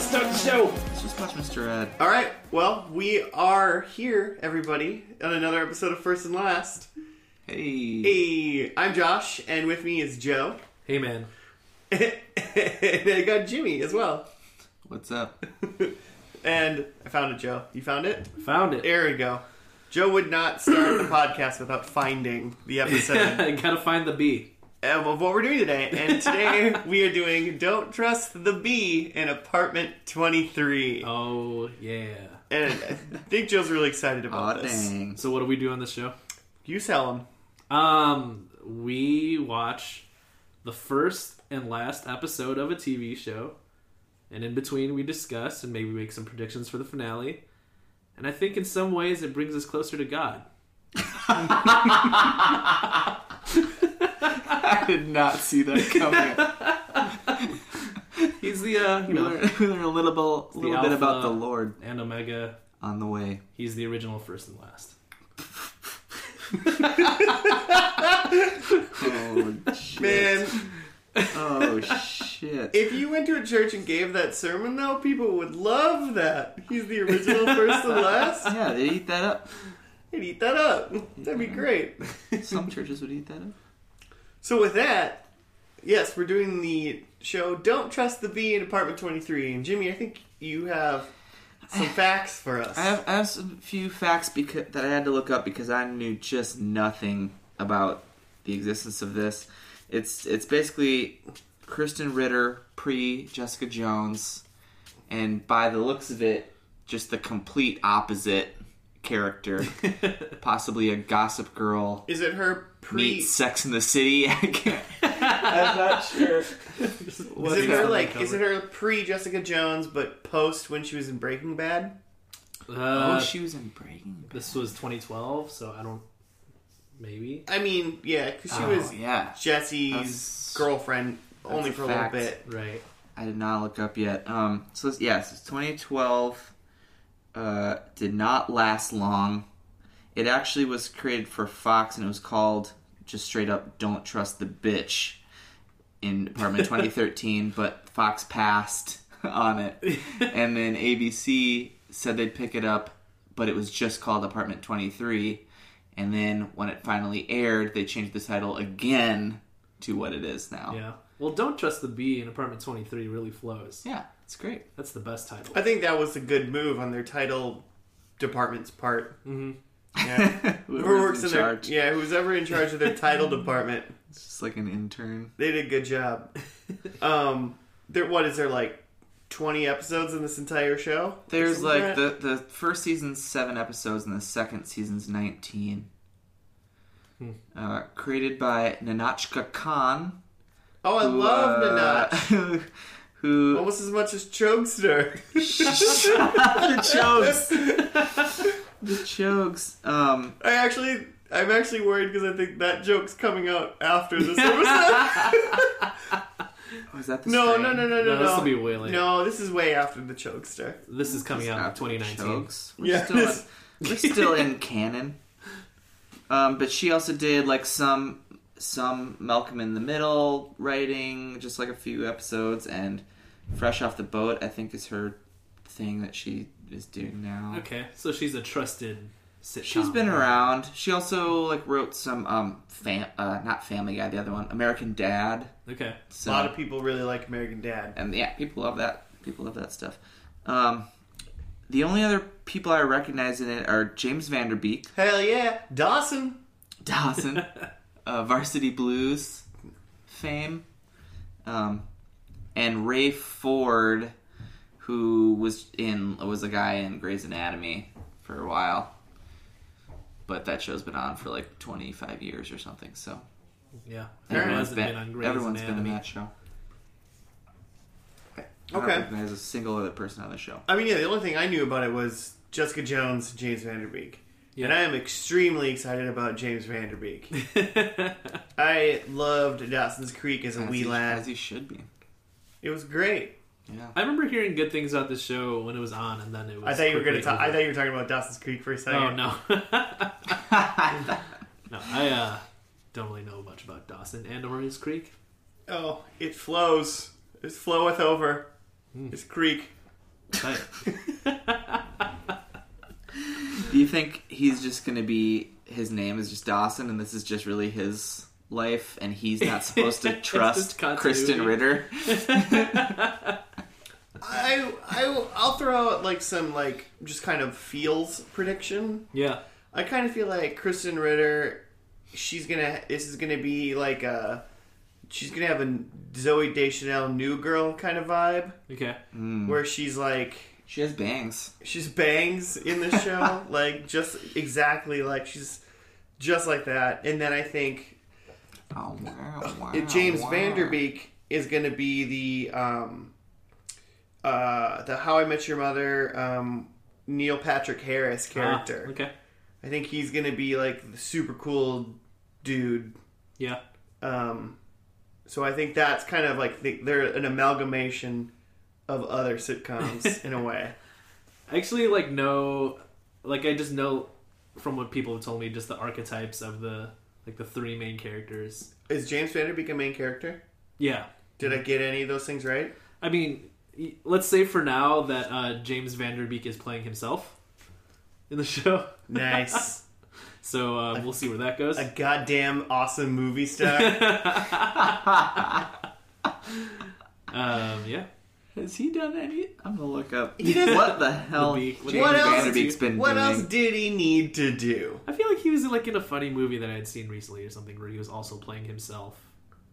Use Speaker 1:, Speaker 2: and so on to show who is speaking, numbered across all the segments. Speaker 1: show.
Speaker 2: Let's just watch Mr. Ed.
Speaker 3: All right. Well, we are here, everybody, on another episode of First and Last.
Speaker 2: Hey.
Speaker 3: Hey, I'm Josh, and with me is Joe,
Speaker 1: Hey, man.
Speaker 3: and I got Jimmy as well.
Speaker 2: What's up?
Speaker 3: And I found it, Joe. You found it?
Speaker 1: Found it.
Speaker 3: There we go. Joe would not start the podcast without finding the episode
Speaker 1: Gotta find the bee.
Speaker 3: of what we're doing today. And today we are doing "Don't Trust the Bee" in Apartment 23.
Speaker 1: Oh, yeah.
Speaker 3: And I think Joe's really excited
Speaker 2: Aw,
Speaker 3: about this.
Speaker 2: dang.
Speaker 1: So, what do we do on this show?
Speaker 3: You sell him.
Speaker 1: Um, we watch the first and last episode of a TV show, and in between, we discuss and maybe make some predictions for the finale. And I think in some ways, it brings us closer to God.
Speaker 2: I did not see that coming.
Speaker 1: He's the uh, you
Speaker 2: we,
Speaker 1: know,
Speaker 2: learn, we learn a little, bit- little
Speaker 1: The
Speaker 2: bit about
Speaker 1: alpha.
Speaker 2: the Lord
Speaker 1: and Omega.
Speaker 2: on the way.
Speaker 1: He's the original first and last.
Speaker 2: Oh, shit.
Speaker 3: Man,
Speaker 2: Oh, shit.
Speaker 3: if you went to a church and gave that sermon, though, people would love that. He's the original first and last.
Speaker 2: yeah, they eat that up.
Speaker 3: They'd eat that up. That'd be great.
Speaker 2: Some churches would eat that up.
Speaker 3: So with that, yes, we're doing the show Don't Trust the Bee in Apartment 23. And Jimmy, I think you have some facts for us.
Speaker 2: I have, I have some few facts because, that I had to look up because I knew just nothing about the existence of this. It's it's basically Kristen Ritter pre Jessica Jones, and by the looks of it, just the complete opposite character, possibly a Gossip Girl
Speaker 3: Is it her pre... Uh,
Speaker 2: meets Sex in the City. I can't- I'm not sure.
Speaker 3: Is it
Speaker 1: What's
Speaker 3: her,
Speaker 1: that
Speaker 3: like,
Speaker 1: cover?
Speaker 3: is it her pre-Jessica Jones, but post when she was in Breaking Bad?
Speaker 1: Uh,
Speaker 2: Oh, she was in Breaking. Bad.
Speaker 1: This was 2012, so I don't. Maybe.
Speaker 3: I mean, yeah, because she
Speaker 2: Oh,
Speaker 3: was
Speaker 2: yeah.
Speaker 3: Jesse's
Speaker 2: That's-
Speaker 3: girlfriend only
Speaker 2: a
Speaker 3: for a
Speaker 2: fact.
Speaker 3: little bit.
Speaker 1: Right.
Speaker 2: I did not look up yet. Um, so it's, yes, it's 2012. Uh, did not last long. It actually was created for Fox, and it was called just straight up "Don't Trust the Bitch" in Department 2013. But Fox passed on it, and then ABC said they'd pick it up, but it was just called Apartment 23. And then when it finally aired, they changed the title again to what it is now.
Speaker 1: Yeah. Oh. Well, don't trust the bee in apartment 23 really flows.
Speaker 2: yeah it's great.
Speaker 1: That's the best title.
Speaker 3: I think that was a good move on their title department's part.
Speaker 1: Mhm.
Speaker 3: Yeah.
Speaker 2: Whoever's
Speaker 3: Whoever works in,
Speaker 2: in
Speaker 3: their
Speaker 2: charge.
Speaker 3: yeah, who's ever in charge of their title department,
Speaker 2: It's just like an intern.
Speaker 3: they did a good job. Um, there what is there like twenty episodes in this entire show?
Speaker 2: There's
Speaker 3: Something
Speaker 2: like
Speaker 3: that?
Speaker 2: the the first season's seven episodes and the second season's nineteen.
Speaker 3: Hmm.
Speaker 2: Uh, created by Nanachka Khan.
Speaker 3: oh, I love
Speaker 2: uh,
Speaker 3: Nanat
Speaker 2: who
Speaker 3: almost as much as Chokester.
Speaker 2: the Chogs? The Chogs. Um,
Speaker 3: I actually, I'm actually worried because I think that joke's coming out after this episode.
Speaker 2: was that the
Speaker 3: no,
Speaker 2: strain?
Speaker 3: no, no, no, no,
Speaker 1: No,
Speaker 3: no.
Speaker 1: this will be way later.
Speaker 3: No, this is way after the Chokester.
Speaker 1: This is coming out in
Speaker 2: After the
Speaker 1: 2019.
Speaker 2: Chogs. We're
Speaker 3: Yeah,
Speaker 2: still
Speaker 3: this-
Speaker 2: in, we're still in canon. Um, but she also did like some some Malcolm in the Middle writing, just like a few episodes, and Fresh Off the Boat, I think, is her thing that she is doing now.
Speaker 1: Okay, so she's a trusted sitcom.
Speaker 2: She's been around. She also like wrote some um fam uh, not Family Guy, the other one, American Dad.
Speaker 1: Okay.
Speaker 2: So,
Speaker 3: A lot of people really like American Dad.
Speaker 2: and yeah, people love that. People love that stuff. Um, the only other people I recognize in it are James Vanderbeek,
Speaker 3: Hell yeah, Dawson.
Speaker 2: Dawson, uh, Varsity Blues fame, um, and Ray Ford, who was in was a guy in Grey's Anatomy for a while, but that show's been on for like twenty five years or something. So
Speaker 1: Yeah.
Speaker 2: everyone's
Speaker 1: Hasn't
Speaker 2: been,
Speaker 1: on Grey's
Speaker 2: everyone's been in
Speaker 1: Anatomy.
Speaker 2: that show. I don't
Speaker 3: Okay.
Speaker 2: recognize a single other person on the show.
Speaker 3: Um, I mean, yeah, the only thing I knew about it was Jessica Jones and James Vanderbeek.
Speaker 1: Yeah.
Speaker 3: And I am extremely excited about James Vanderbeek. I loved Dawson's Creek as a
Speaker 2: As
Speaker 3: wee
Speaker 2: he-
Speaker 3: lad.
Speaker 2: as he should be.
Speaker 3: It was great.
Speaker 2: Yeah.
Speaker 1: I remember hearing good things about this show when it was on, and then it was.
Speaker 3: I thought you were going to
Speaker 1: quickly
Speaker 3: talk. I
Speaker 1: over.
Speaker 3: thought you were talking about Dawson's Creek for a second.
Speaker 1: Oh no. no, I uh, don't really know much about Dawson and Orange Creek.
Speaker 3: Oh, it flows. It floweth over. It's creek.
Speaker 1: Dang.
Speaker 2: Do you think he's just going to be his name is just Dawson, and this is just really his life, and he's not supposed to
Speaker 1: It's
Speaker 2: trust
Speaker 1: just continuity.
Speaker 2: Kristen Ritter?
Speaker 3: I, I I'll throw out like some like just kind of feels prediction.
Speaker 1: yeah.
Speaker 3: I kind of feel like Kristen Ritter, she's gonna. This is gonna be like a. She's gonna have a Zoe Deschanel new girl kind of vibe,
Speaker 1: Okay. Ah,
Speaker 3: where she's like
Speaker 2: She has bangs.
Speaker 3: she's bangs in the show, like just exactly like she's just like that. And then I think
Speaker 2: Oh wow! wow
Speaker 3: James
Speaker 2: wow.
Speaker 3: Vanderbeek is gonna be the um, uh, the How I Met Your Mother um, Neil Patrick Harris character.
Speaker 1: Ah, okay.
Speaker 3: I think he's gonna be like the super cool dude.
Speaker 1: Yeah.
Speaker 3: Um, so I think that's kind of like the, they're an amalgamation of other sitcoms in a way.
Speaker 1: I actually like know like I just know from what people have told me just the archetypes of the like the three main characters.
Speaker 3: Is James Vanderbeek a main character?
Speaker 1: Yeah.
Speaker 3: Did I
Speaker 2: Mm-hmm.
Speaker 3: get any of those things right?
Speaker 1: I mean, y- let's say for now that uh, James Vanderbeek is playing himself in the show.
Speaker 3: Nice.
Speaker 1: So uh, we'll see where that goes.
Speaker 3: a goddamn awesome movie star.
Speaker 1: Um, yeah.
Speaker 2: Has he done any? I'm gonna look up.
Speaker 3: He doesn't-
Speaker 2: What the hell?
Speaker 1: The beak.
Speaker 2: James
Speaker 3: What else-
Speaker 2: Vanderbeek's been
Speaker 3: what
Speaker 2: doing?
Speaker 3: else did he need to do?
Speaker 1: I feel like he was like in a funny movie that I had seen recently or something where he was also playing himself,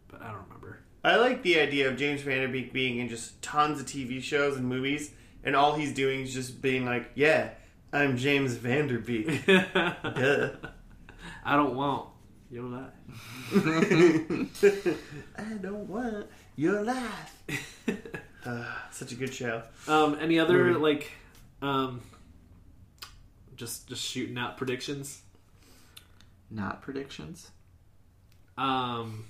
Speaker 1: but I don't remember.
Speaker 3: I like the idea of James Vanderbeek being in just tons of TV shows and movies, and all he's doing is just being like, "Yeah, I'm James Vanderbeek." Duh.
Speaker 1: I don't want your life.
Speaker 3: I don't want your life. Uh, such a good show.
Speaker 1: um, any other
Speaker 3: Movie.
Speaker 1: like, um, just just shooting out predictions.
Speaker 2: Not predictions.
Speaker 1: Um,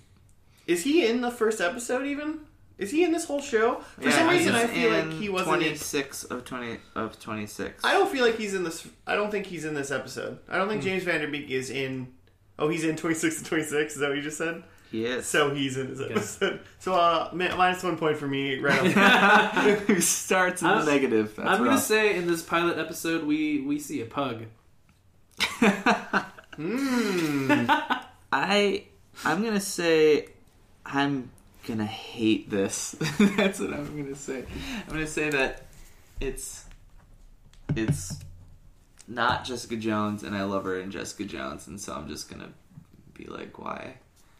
Speaker 3: Is he in the first episode even? Is he in this whole show? For some
Speaker 2: Yeah,
Speaker 3: reason,
Speaker 2: he's
Speaker 3: I feel
Speaker 2: in
Speaker 3: like he wasn't. in-
Speaker 2: 26 of 20 of 26.
Speaker 3: I don't feel like he's in this. I don't think he's in this episode. I don't think
Speaker 2: Hmm.
Speaker 3: James Vanderbeek is in. Oh, he's in twenty six to twenty six. Is that what you just said?
Speaker 2: He is.
Speaker 3: So he's in this episode. So uh, mi- minus one point for me. Right. Off.
Speaker 2: Who starts in the
Speaker 1: I'm-
Speaker 2: negative? That's
Speaker 1: I'm gonna
Speaker 2: rough.
Speaker 1: say in this pilot episode we we see a pug.
Speaker 2: Hmm. I I'm gonna say I'm gonna hate this. That's what I'm gonna say. I'm gonna say that it's it's not Jessica Jones, and I love her in Jessica Jones, and so I'm just gonna be like, why?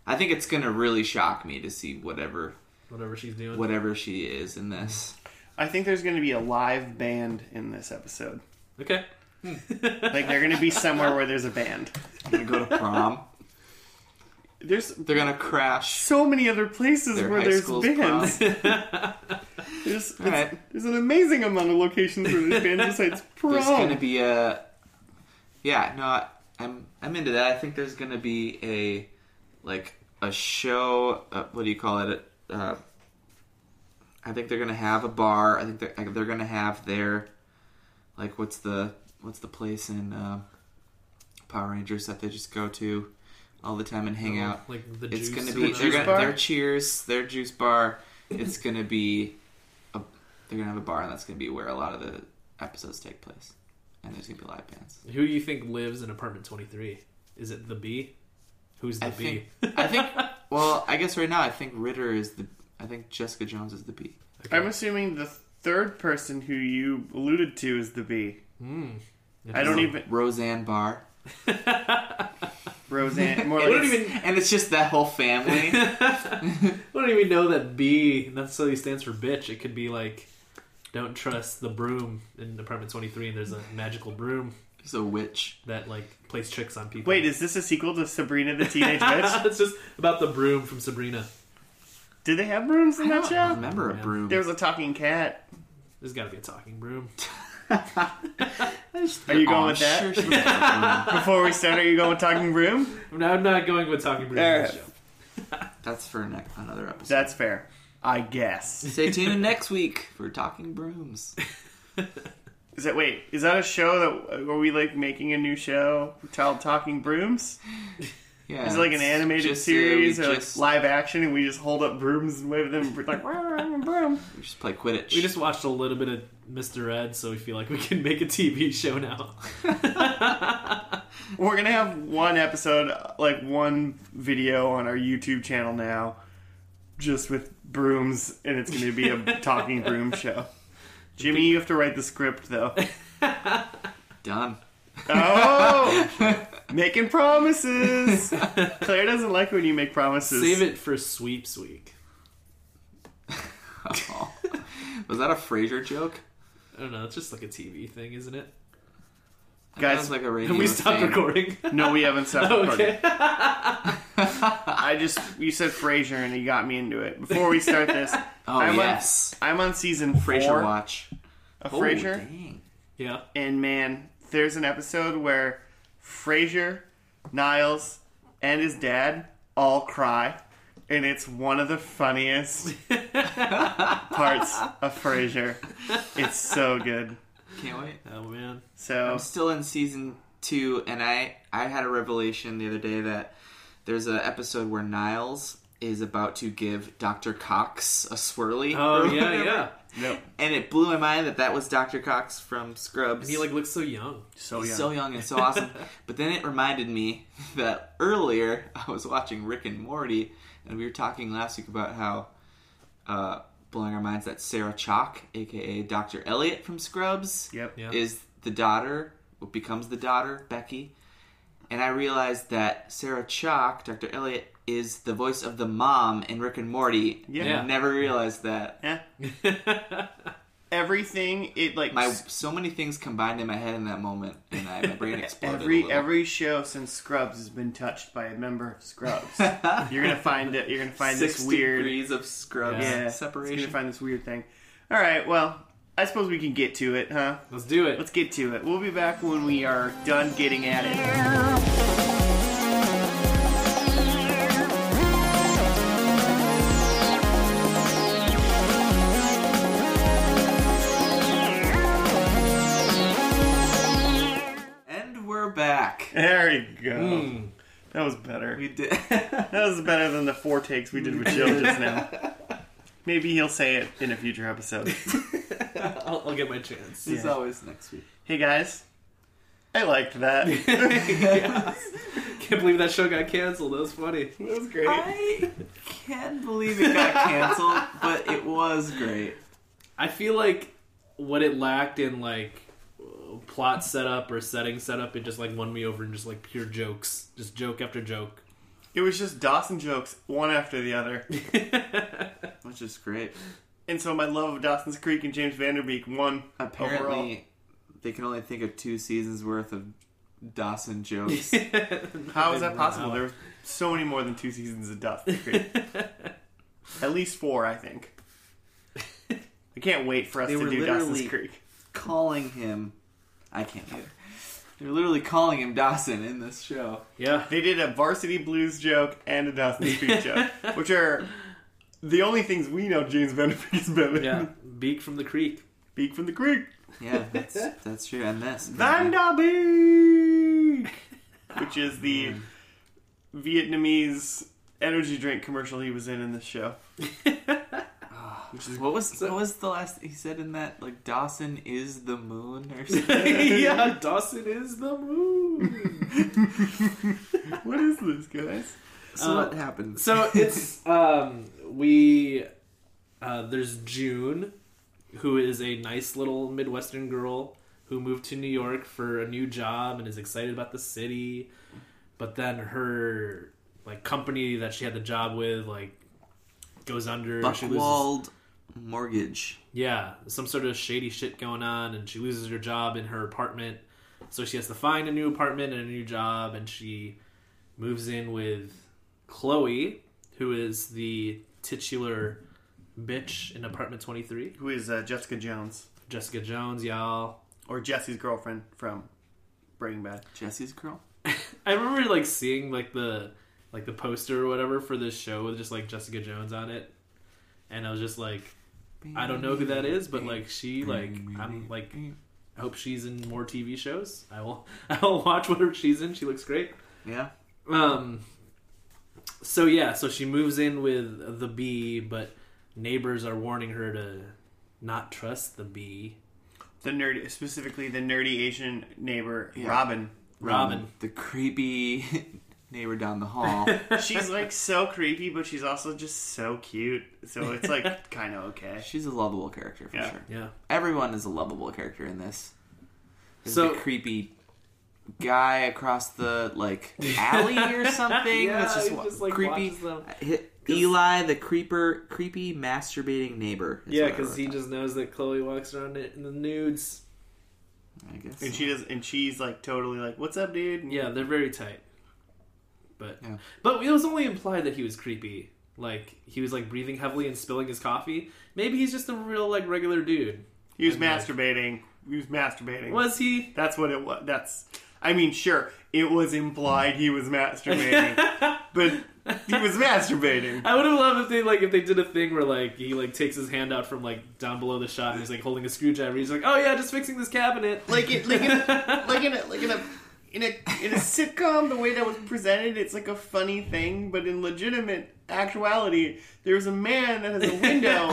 Speaker 2: I think it's gonna really shock me to see whatever
Speaker 1: Whatever she's doing.
Speaker 2: whatever she is in this.
Speaker 3: I think there's going to be a live band in this episode.
Speaker 1: Okay. Hmm.
Speaker 3: Like they're going to be somewhere where there's a band.
Speaker 2: I'm gonna go to prom.
Speaker 3: There's
Speaker 2: They're gonna crash.
Speaker 3: so many other places
Speaker 2: Their
Speaker 3: where
Speaker 2: high
Speaker 3: there's
Speaker 2: school's
Speaker 3: bands.
Speaker 2: prom.
Speaker 3: There's,
Speaker 2: All right.
Speaker 3: there's an amazing amount of locations where there's bands besides prom.
Speaker 2: There's gonna be a yeah. No, I- I'm I'm into that. I think there's gonna be a like a show. Uh, what do you call it? Uh, I think they're gonna have a bar. I think they're like, they're gonna have their like what's the what's the place in uh, Power Rangers that they just go to all the time and
Speaker 1: Oh.
Speaker 2: hang out.
Speaker 1: Like the
Speaker 2: It's
Speaker 1: juice
Speaker 2: gonna
Speaker 1: or
Speaker 2: be
Speaker 1: whatever.
Speaker 2: they're,
Speaker 3: juice
Speaker 2: gonna,
Speaker 3: bar?
Speaker 2: their Cheers, their juice bar. It's gonna be a, they're gonna have a bar, and that's gonna be where a lot of the episodes take place. And there's gonna be live bands.
Speaker 1: Who do you think lives in apartment 23? Is it the bee? Who's the
Speaker 2: I
Speaker 1: bee?
Speaker 2: think. I think. Well, I guess right now I think Ritter is the. I think Jessica Jones is the B.
Speaker 3: I'm assuming the third person who you alluded to is the bee. I
Speaker 2: e-
Speaker 3: don't even
Speaker 2: Roseanne Barr.
Speaker 3: Roseanne. More
Speaker 1: I
Speaker 3: like
Speaker 1: don't even
Speaker 2: And it's just that whole family.
Speaker 1: I don't even know that B necessarily stands for bitch. It could be like don't trust the broom in apartment 23 and there's a magical broom
Speaker 2: There's a witch.
Speaker 1: that like plays tricks on people.
Speaker 3: Wait, is this a sequel to Sabrina the Teenage Witch?
Speaker 1: it's just about the broom from Sabrina.
Speaker 3: Did they have brooms in that
Speaker 2: I don't
Speaker 3: show?
Speaker 2: remember a
Speaker 1: Yeah.
Speaker 2: broom.
Speaker 3: There was a talking cat.
Speaker 1: There's got to be a talking broom.
Speaker 2: Are
Speaker 3: Are you
Speaker 2: oh,
Speaker 3: going with
Speaker 2: I'm
Speaker 3: that?
Speaker 2: sure she was a broom.
Speaker 3: Before we start, are you going with talking broom?
Speaker 1: I'm not, I'm not going with talking broom. in this
Speaker 3: Alright.
Speaker 1: show.
Speaker 2: That's for ne- another episode.
Speaker 3: That's fair. I guess.
Speaker 2: Stay tuned next week for Talking Brooms.
Speaker 3: Is that wait? Is that a show that are we like making a new show called Talking Brooms?
Speaker 2: Yeah,
Speaker 3: It's like an animated
Speaker 2: just, uh, we
Speaker 3: series or
Speaker 2: just-
Speaker 3: like live action, and we just hold up brooms and wave at them, and we're like, "Wow, I'm a broom."
Speaker 2: We just play Quidditch.
Speaker 1: We just watched a little bit of Mr. Ed, so we feel like we can make a TV show now.
Speaker 3: We're gonna have one episode, like one video on our YouTube channel now, just with brooms, and it's gonna be a talking broom show. Jimmy, you have to write the script though.
Speaker 2: done.
Speaker 3: Oh, making promises. Claire doesn't like when you make promises.
Speaker 1: Save it for sweeps week.
Speaker 2: Oh. Was that a Frasier joke?
Speaker 1: I don't know. It's just like a TV thing, isn't it?
Speaker 2: That
Speaker 3: Guys,
Speaker 2: sounds like a radio
Speaker 1: And we stopped
Speaker 2: thing.
Speaker 1: recording.
Speaker 3: No, we haven't stopped recording.
Speaker 1: okay.
Speaker 3: I just you said Frasier and he got me into it. Before we start this,
Speaker 2: Oh
Speaker 3: I'm
Speaker 2: yes,
Speaker 3: on, I'm on season
Speaker 2: Frasier
Speaker 3: four
Speaker 2: watch.
Speaker 3: of
Speaker 2: Oh,
Speaker 3: Frasier,
Speaker 2: dang.
Speaker 1: Yeah.
Speaker 3: and man, there's an episode where Frasier, Niles, and his dad all cry, and it's one of the funniest parts of Frasier. It's so good.
Speaker 2: Can't wait.
Speaker 1: Oh man.
Speaker 3: So
Speaker 2: I'm still in season two, and I I had a revelation the other day that there's an episode where Niles is about to give Doctor Cox a swirly.
Speaker 1: Oh
Speaker 2: or
Speaker 1: yeah,
Speaker 2: whatever.
Speaker 1: yeah.
Speaker 3: nope,
Speaker 2: And it blew my mind that that was Doctor Cox from Scrubs.
Speaker 1: And he like looks so young.
Speaker 3: so
Speaker 2: He's
Speaker 3: young.
Speaker 2: so young and so awesome. but then it reminded me that earlier I was watching Rick and Morty, and we were talking last week about how uh, blowing our minds that Sarah Chalk, aka Dr. Elliot from Scrubs,
Speaker 3: yep.
Speaker 1: Yeah.
Speaker 2: is the daughter, what becomes the daughter, Becky. And I realized that Sarah Chalk, Dr. Elliot, is the voice of the mom in Rick and Morty.
Speaker 3: Yeah.
Speaker 2: And I never realized that.
Speaker 3: Yeah. Everything it like
Speaker 2: My so many things combined in my head in that moment, and I, my brain exploded. a
Speaker 3: Every
Speaker 2: little.
Speaker 3: every show since Scrubs has been touched by a member of Scrubs. you're gonna find it. You're gonna find
Speaker 2: six
Speaker 3: this weird
Speaker 2: degrees of scrubs
Speaker 3: yeah You're
Speaker 2: separation.
Speaker 3: gonna find this weird thing. All right. Well, I suppose we can get to it, huh?
Speaker 1: Let's do it.
Speaker 3: Let's get to it. We'll be back when we are done getting at it.
Speaker 2: And we're back.
Speaker 3: There you go.
Speaker 1: Mm.
Speaker 3: That was better.
Speaker 2: We did.
Speaker 3: Hmm. That was better than the four takes we did with Jill just now. Maybe he'll say it in a future episode.
Speaker 1: I'll, I'll get my chance.
Speaker 2: It's
Speaker 3: Yeah.
Speaker 2: always next week.
Speaker 3: Hey guys, I liked that. that
Speaker 1: Yeah. Can't believe that show got canceled. That was funny.
Speaker 3: was great.
Speaker 2: I can't believe it got canceled, but it was great.
Speaker 1: I feel like what it lacked in like uh, plot setup or setting setup, it just like won me over in just like pure jokes, just joke after joke.
Speaker 3: It was just Dawson jokes one after the other.
Speaker 2: Which is great.
Speaker 3: And so my love of Dawson's Creek and James Vanderbeek won
Speaker 2: Apparently,
Speaker 3: overall.
Speaker 2: they can only think of two seasons worth of Dawson jokes.
Speaker 3: How is that
Speaker 1: Wow.
Speaker 3: possible? There were so many more than two seasons of Dawson's Creek. At least four, I think. I can't wait for us
Speaker 2: They
Speaker 3: to
Speaker 2: were
Speaker 3: do
Speaker 2: literally-
Speaker 3: Dawson's Creek.
Speaker 2: calling him, I can't do. it. They're literally calling him Dawson in this show.
Speaker 1: Yeah.
Speaker 3: They did a Varsity Blues joke and a Dawson's Creek joke, which are the only things we know James Vanderbeek's been in.
Speaker 1: Yeah. Beak from the creek.
Speaker 3: Beak from the Creek.
Speaker 2: Yeah, that's that's true. And this
Speaker 3: Vanderbeek! Which is the
Speaker 2: Mm.
Speaker 3: Vietnamese energy drink commercial he was in in this show.
Speaker 2: What was what was the last he said in that like Dawson is the moon or something?
Speaker 1: yeah, Dawson is the moon.
Speaker 3: What is this, guys?
Speaker 2: so
Speaker 1: Uh,
Speaker 2: what happened?
Speaker 1: So it's um we uh there's June who is a nice little Midwestern girl who moved to New York for a new job and is excited about the city. But then her like company that she had the job with like goes under. She loses-
Speaker 2: Buckwald mortgage.
Speaker 1: yeah, some sort of shady shit going on, and she loses her job in her apartment. So she has to find a new apartment and a new job, and she moves in with Chloe, who is the titular bitch in apartment 23.
Speaker 3: Who is uh, Jessica Jones?
Speaker 1: Jessica Jones, y'all.
Speaker 3: Or Jesse's girlfriend from Breaking Bad.
Speaker 2: Jesse's girl.
Speaker 1: I remember like seeing like the like the poster or whatever for this show with just like Jessica Jones on it, and I was just like, I don't know who that is, but like she like I'm like I hope she's in more TV shows. I will. I will watch whatever she's in. She looks great.
Speaker 2: yeah.
Speaker 1: Um, So yeah, so she moves in with the bee, but neighbors are warning her to not trust the bee.
Speaker 3: The nerdy, specifically the nerdy Asian neighbor Robin.
Speaker 1: Robin.
Speaker 2: Um, the creepy neighbor down the hall.
Speaker 3: She's like so creepy, but she's also just so cute. So it's like kind of okay.
Speaker 2: She's a lovable character for
Speaker 3: Yeah.
Speaker 2: sure.
Speaker 1: Yeah.
Speaker 2: Everyone is a lovable character in this. There's
Speaker 1: So-
Speaker 2: the creepy guy across the like alley or something.
Speaker 1: Yeah,
Speaker 2: that's just,
Speaker 1: he
Speaker 2: wa-
Speaker 1: just, like,
Speaker 2: creepy.
Speaker 1: watches them.
Speaker 2: Hi- Eli, the creeper, creepy masturbating neighbor. is
Speaker 1: Yeah,
Speaker 2: what I
Speaker 1: because
Speaker 2: wrote
Speaker 1: he
Speaker 2: down.
Speaker 1: just knows that Chloe walks around in the nudes.
Speaker 2: I guess.
Speaker 3: And she does, and she's like totally like, "What's up, dude?" And
Speaker 1: Yeah, they're very tight. But
Speaker 2: Yeah.
Speaker 1: but it was only implied that he was creepy. Like he was like breathing heavily and spilling his coffee. Maybe he's just a real like regular dude.
Speaker 3: He was
Speaker 1: And, like-
Speaker 3: masturbating. He was masturbating.
Speaker 1: Was he?
Speaker 3: That's what it was. That's. I mean, sure, it was implied he was masturbating, but he was masturbating.
Speaker 1: I would have loved if they like if they did a thing where like he like takes his hand out from like down below the shot and he's like holding a screwdriver. He's like, oh yeah, just fixing this cabinet.
Speaker 3: Like it, like in, a, like in a, like in a, in a, in a sitcom, the way that was presented, it's like a funny thing, but in legitimate actuality, there's a man that has a window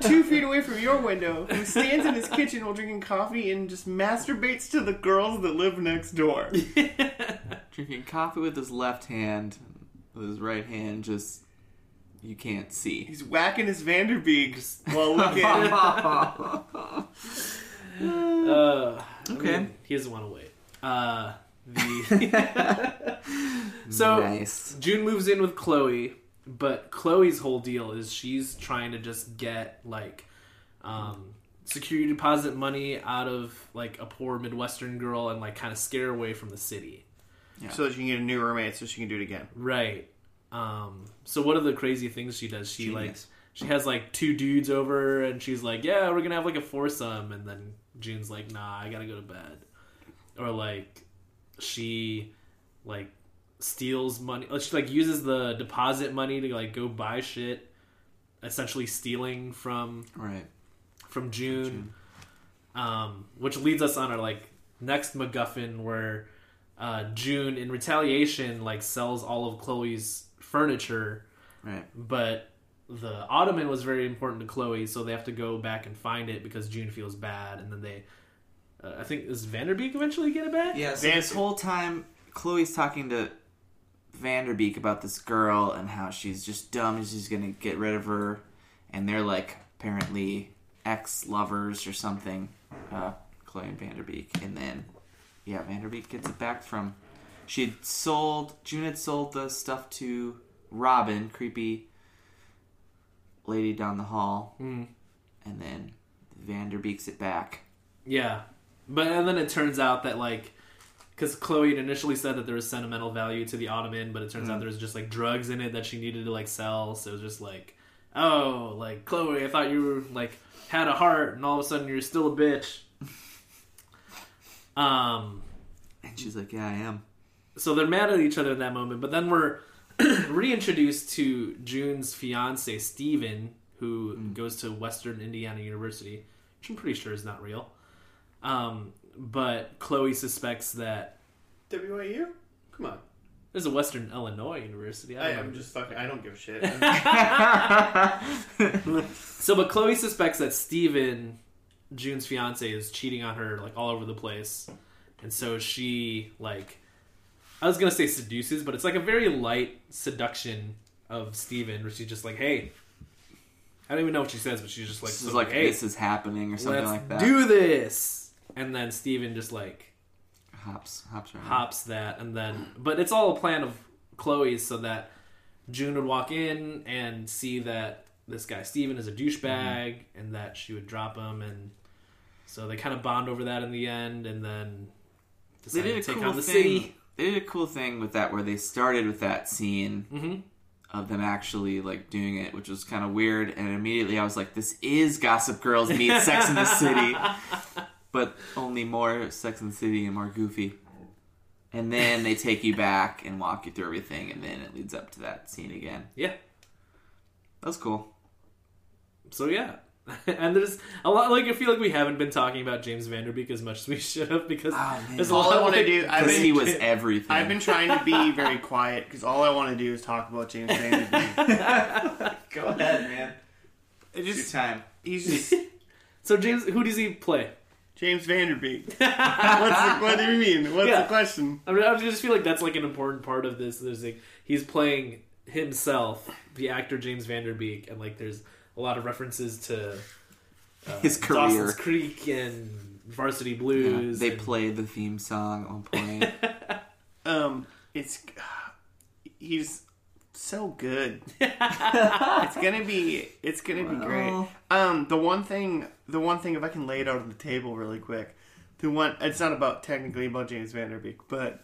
Speaker 3: two feet away from your window who stands in his kitchen while drinking coffee and just masturbates to the girls that live next door.
Speaker 2: drinking coffee with his left hand, with his right hand, just you can't see.
Speaker 3: He's whacking his Vanderbeeks while looking.
Speaker 2: okay.
Speaker 1: Uh, I mean, he doesn't want to wait. Uh, the so
Speaker 2: nice.
Speaker 1: June moves in with Chloe, but Chloe's whole deal is she's trying to just get like um, security deposit money out of like a poor Midwestern girl and like kind of scare her away from the city.
Speaker 3: so that she can get a new roommate so she can do it again.
Speaker 1: Right. Um, so one of the crazy things she does, she like
Speaker 2: Genius.
Speaker 1: she has like two dudes over and she's like, Yeah, we're gonna have like a foursome and then June's like, Nah, I gotta go to bed. Or like she like steals money like, she like uses the deposit money to like go buy shit, essentially stealing from
Speaker 2: Right.
Speaker 1: from June, Um, which leads us on our like next MacGuffin where uh, June, in retaliation, like sells all of Chloe's furniture,
Speaker 2: Right.
Speaker 1: but the ottoman was very important to Chloe, so they have to go back and find it because June feels bad, and then they, uh, I think, does Vanderbeek eventually get it back?
Speaker 2: Yeah, so
Speaker 3: Van-
Speaker 2: this whole time, Chloe's talking to Vanderbeek about this girl and how she's just dumb and she's going to get rid of her. And they're like apparently ex lovers or something, uh, Chloe and Vanderbeek. And then, yeah, Vanderbeek gets it back from. She had sold, June had sold the stuff to Robin, creepy lady down the hall.
Speaker 1: Hmm.
Speaker 2: And then Vanderbeek's it back.
Speaker 1: Yeah, but and then it turns out that like. Because Chloe had initially said that there was sentimental value to the ottoman, but it turns out there was just like drugs in it that she needed to like sell. So it was just like, oh, like Chloe, I thought you were like had a heart, and all of a sudden you're still a bitch. um,
Speaker 2: And she's like, yeah, I am.
Speaker 1: so they're mad at each other in that moment, but then we're reintroduced to June's fiance Steven, who
Speaker 3: Hmm.
Speaker 1: goes to Western Indiana University, which I'm pretty sure is not real. Um, but Chloe suspects that
Speaker 3: WAU? Come on.
Speaker 1: There's a Western Illinois University. I
Speaker 3: I,
Speaker 1: don't know.
Speaker 3: am just fucking. I don't give a shit.
Speaker 1: So, but Chloe suspects that Steven, June's fiance, is cheating on her like all over the place, and so she like, I was gonna say seduces, but it's like a very light seduction of Steven, where she's just like, hey, I don't even know what she says, but she's just like,
Speaker 2: This
Speaker 1: so
Speaker 2: is like
Speaker 1: hey,
Speaker 2: this is happening or something
Speaker 1: let's
Speaker 2: like that.
Speaker 1: do this, and then Steven just like
Speaker 2: hops, hops around.
Speaker 1: hops that and then but it's all a plan of Chloe's so that June would walk in and see that this guy Steven is a douchebag
Speaker 2: Mm-hmm.
Speaker 1: and that she would drop him and so they kind of bond over that in the end and then
Speaker 2: They
Speaker 1: decide
Speaker 2: did a
Speaker 1: to take
Speaker 2: cool
Speaker 1: on the
Speaker 2: thing.
Speaker 1: city.
Speaker 2: They did a cool thing with that where they started with that scene
Speaker 1: Mhm.
Speaker 2: of them actually like doing it, which was kind of weird. And immediately I was like, "This is Gossip Girls meet Sex in the City, but only more Sex in the City and more goofy." And then they take you back and walk you through everything, and then it leads up to that scene again.
Speaker 1: Yeah.
Speaker 2: That was cool.
Speaker 1: So yeah, and there's a lot like I feel like we haven't been talking about James Vanderbeek as much as we should have because
Speaker 2: Oh, man.
Speaker 1: there's a
Speaker 3: All
Speaker 1: lot
Speaker 3: I wanna
Speaker 1: like-
Speaker 3: do- I
Speaker 2: Because
Speaker 3: mean,
Speaker 2: he was everything.
Speaker 3: I've been trying to be very quiet because all I want to do is talk about James Vanderbeek.
Speaker 2: Go ahead, man.
Speaker 3: It
Speaker 2: It's your
Speaker 3: just
Speaker 2: time.
Speaker 3: he's just
Speaker 1: so James, who does he play?
Speaker 3: James Vanderbeek. What's the, what do you mean? What's
Speaker 1: Yeah.
Speaker 3: the question?
Speaker 1: I mean, I just feel like that's like an important part of this. There's like he's playing himself, the actor James Vanderbeek, and like there's a lot of references to uh,
Speaker 2: His career.
Speaker 1: Dawson's Creek, and Varsity
Speaker 2: Yeah,
Speaker 1: Blues.
Speaker 2: they
Speaker 1: and- oh,
Speaker 2: played the theme song on point.
Speaker 3: Um, it's he's so good. it's gonna be it's gonna be great.
Speaker 2: Well.
Speaker 3: Um, the one thing the one thing if I can lay it out on the table really quick, the one it's not about technically about James Vanderbeek, but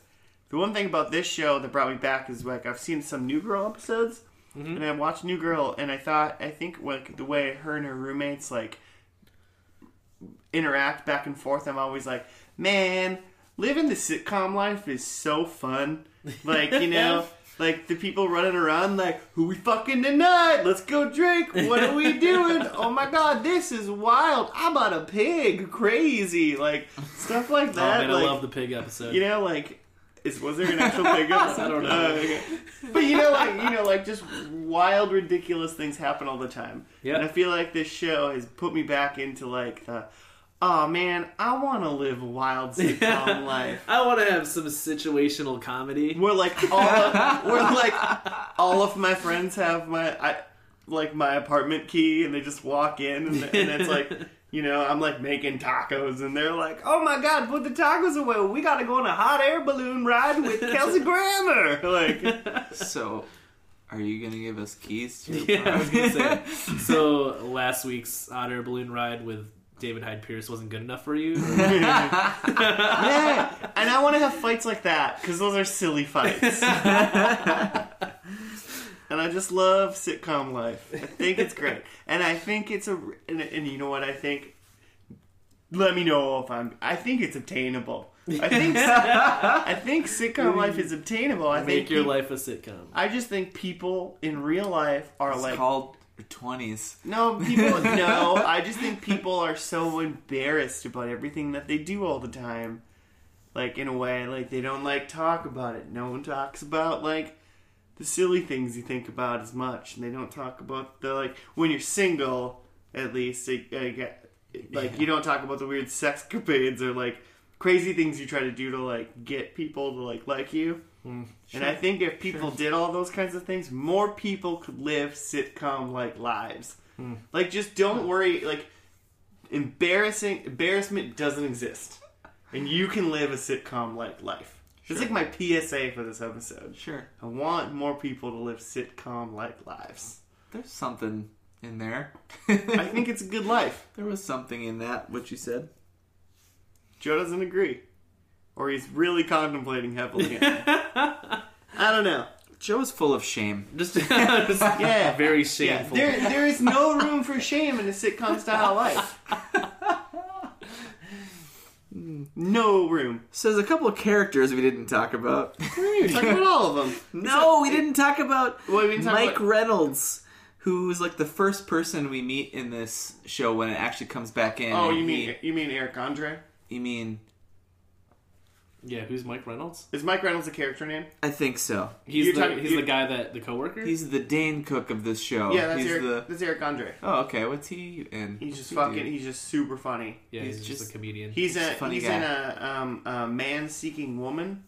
Speaker 3: the one thing about this show that brought me back is like I've seen some New Girl episodes,
Speaker 1: Mm-hmm.
Speaker 3: and I watched New Girl, and I thought I think like the way her and her roommates like interact back and forth, I'm always like, man, living the sitcom life is so fun. Like, you know, like the people running around, like, who we fucking tonight? Let's go drink. What are we doing? Oh my god, this is wild. I'm on a pig. Crazy. Like, stuff like
Speaker 1: Oh,
Speaker 3: that.
Speaker 1: man,
Speaker 3: like,
Speaker 1: I love the pig episode.
Speaker 3: you know, like, is was there an actual pickup?
Speaker 1: I don't know.
Speaker 3: Uh, okay. But you know, like you know, like just wild, ridiculous things happen all the time.
Speaker 1: Yeah.
Speaker 3: And I feel like this show has put me back into like the, oh man, I want to live a wild sitcom life.
Speaker 1: I want to have some situational comedy.
Speaker 3: We're like all, we're like all of my friends have my, I, like my apartment key, and they just walk in, and, and it's like. You know, I'm like making tacos, and they're like, "Oh my god, put the tacos away! We gotta go on a hot air balloon ride with Kelsey Grammer!" Like,
Speaker 2: so, are you gonna give us keys to your
Speaker 1: Yeah, I was gonna say.
Speaker 2: apartment?
Speaker 1: so last week's hot air balloon ride with David Hyde Pierce wasn't good enough for you.
Speaker 3: yeah, and I want to have fights like that because those are silly fights. and I just love sitcom life. I think it's great, and I think it's a and, and you know what I think. Let me know if I'm. I think it's obtainable. I think I think sitcom life is obtainable. I
Speaker 1: Make
Speaker 3: think
Speaker 1: your
Speaker 3: peop-
Speaker 1: life a sitcom.
Speaker 3: I just think people in real life are
Speaker 2: It's
Speaker 3: like
Speaker 2: called your twenties.
Speaker 3: no, people. no, I just think people are so embarrassed about everything that they do all the time. Like in a way, like they don't like talk about it. No one talks about like the silly things you think about as much, and they don't talk about the like when you're single. At least, like, I get- like you don't talk about the weird sex capades or like crazy things you try to do to like get people to like like you. And I think if people did all those kinds of things, more people could live sitcom like lives. Like just don't worry like embarrassing embarrassment doesn't exist. And you can live a sitcom like life. It's like my PSA for this episode.
Speaker 2: Sure,
Speaker 3: I want more people to live sitcom like lives.
Speaker 2: there's something in there.
Speaker 3: I think it's a good life.
Speaker 2: there was something in that what you said.
Speaker 3: Joe doesn't agree. Or he's really contemplating heavily. I don't know.
Speaker 2: Joe's full of shame.
Speaker 1: Just, just
Speaker 3: Yeah.
Speaker 1: very
Speaker 3: Yeah,
Speaker 1: shameful.
Speaker 3: there, there is no room for shame in a sitcom style life. No room.
Speaker 2: So there's a couple of characters we didn't talk about.
Speaker 3: Talk about all of them.
Speaker 2: no, we didn't talk about
Speaker 3: Well, we didn't talk
Speaker 2: Mike
Speaker 3: about-
Speaker 2: Reynolds, who's like the first person we meet in this show when it actually comes back in.
Speaker 3: Oh,
Speaker 2: And
Speaker 3: you
Speaker 2: he-
Speaker 3: mean you mean Eric Andre?
Speaker 2: you mean?
Speaker 1: yeah, who's Mike Reynolds?
Speaker 3: Is Mike Reynolds a character name?
Speaker 2: I think so.
Speaker 1: He's
Speaker 3: You're
Speaker 1: the
Speaker 3: talking-
Speaker 1: he's
Speaker 3: you-
Speaker 1: the guy that the coworker.
Speaker 2: He's the Dane Cook of this show.
Speaker 3: Yeah, that's
Speaker 2: Oh, he's
Speaker 3: Eric.
Speaker 2: the.
Speaker 3: That's Eric Andre.
Speaker 2: Oh, okay. What's he in?
Speaker 3: He's
Speaker 2: What's
Speaker 3: just
Speaker 2: he
Speaker 3: fucking.
Speaker 2: do?
Speaker 3: He's just super funny.
Speaker 1: yeah, he's,
Speaker 2: he's
Speaker 1: just,
Speaker 2: just-
Speaker 1: a comedian.
Speaker 3: He's
Speaker 2: He's
Speaker 3: a
Speaker 2: a funny
Speaker 3: he's
Speaker 2: guy.
Speaker 3: in a um a man seeking woman,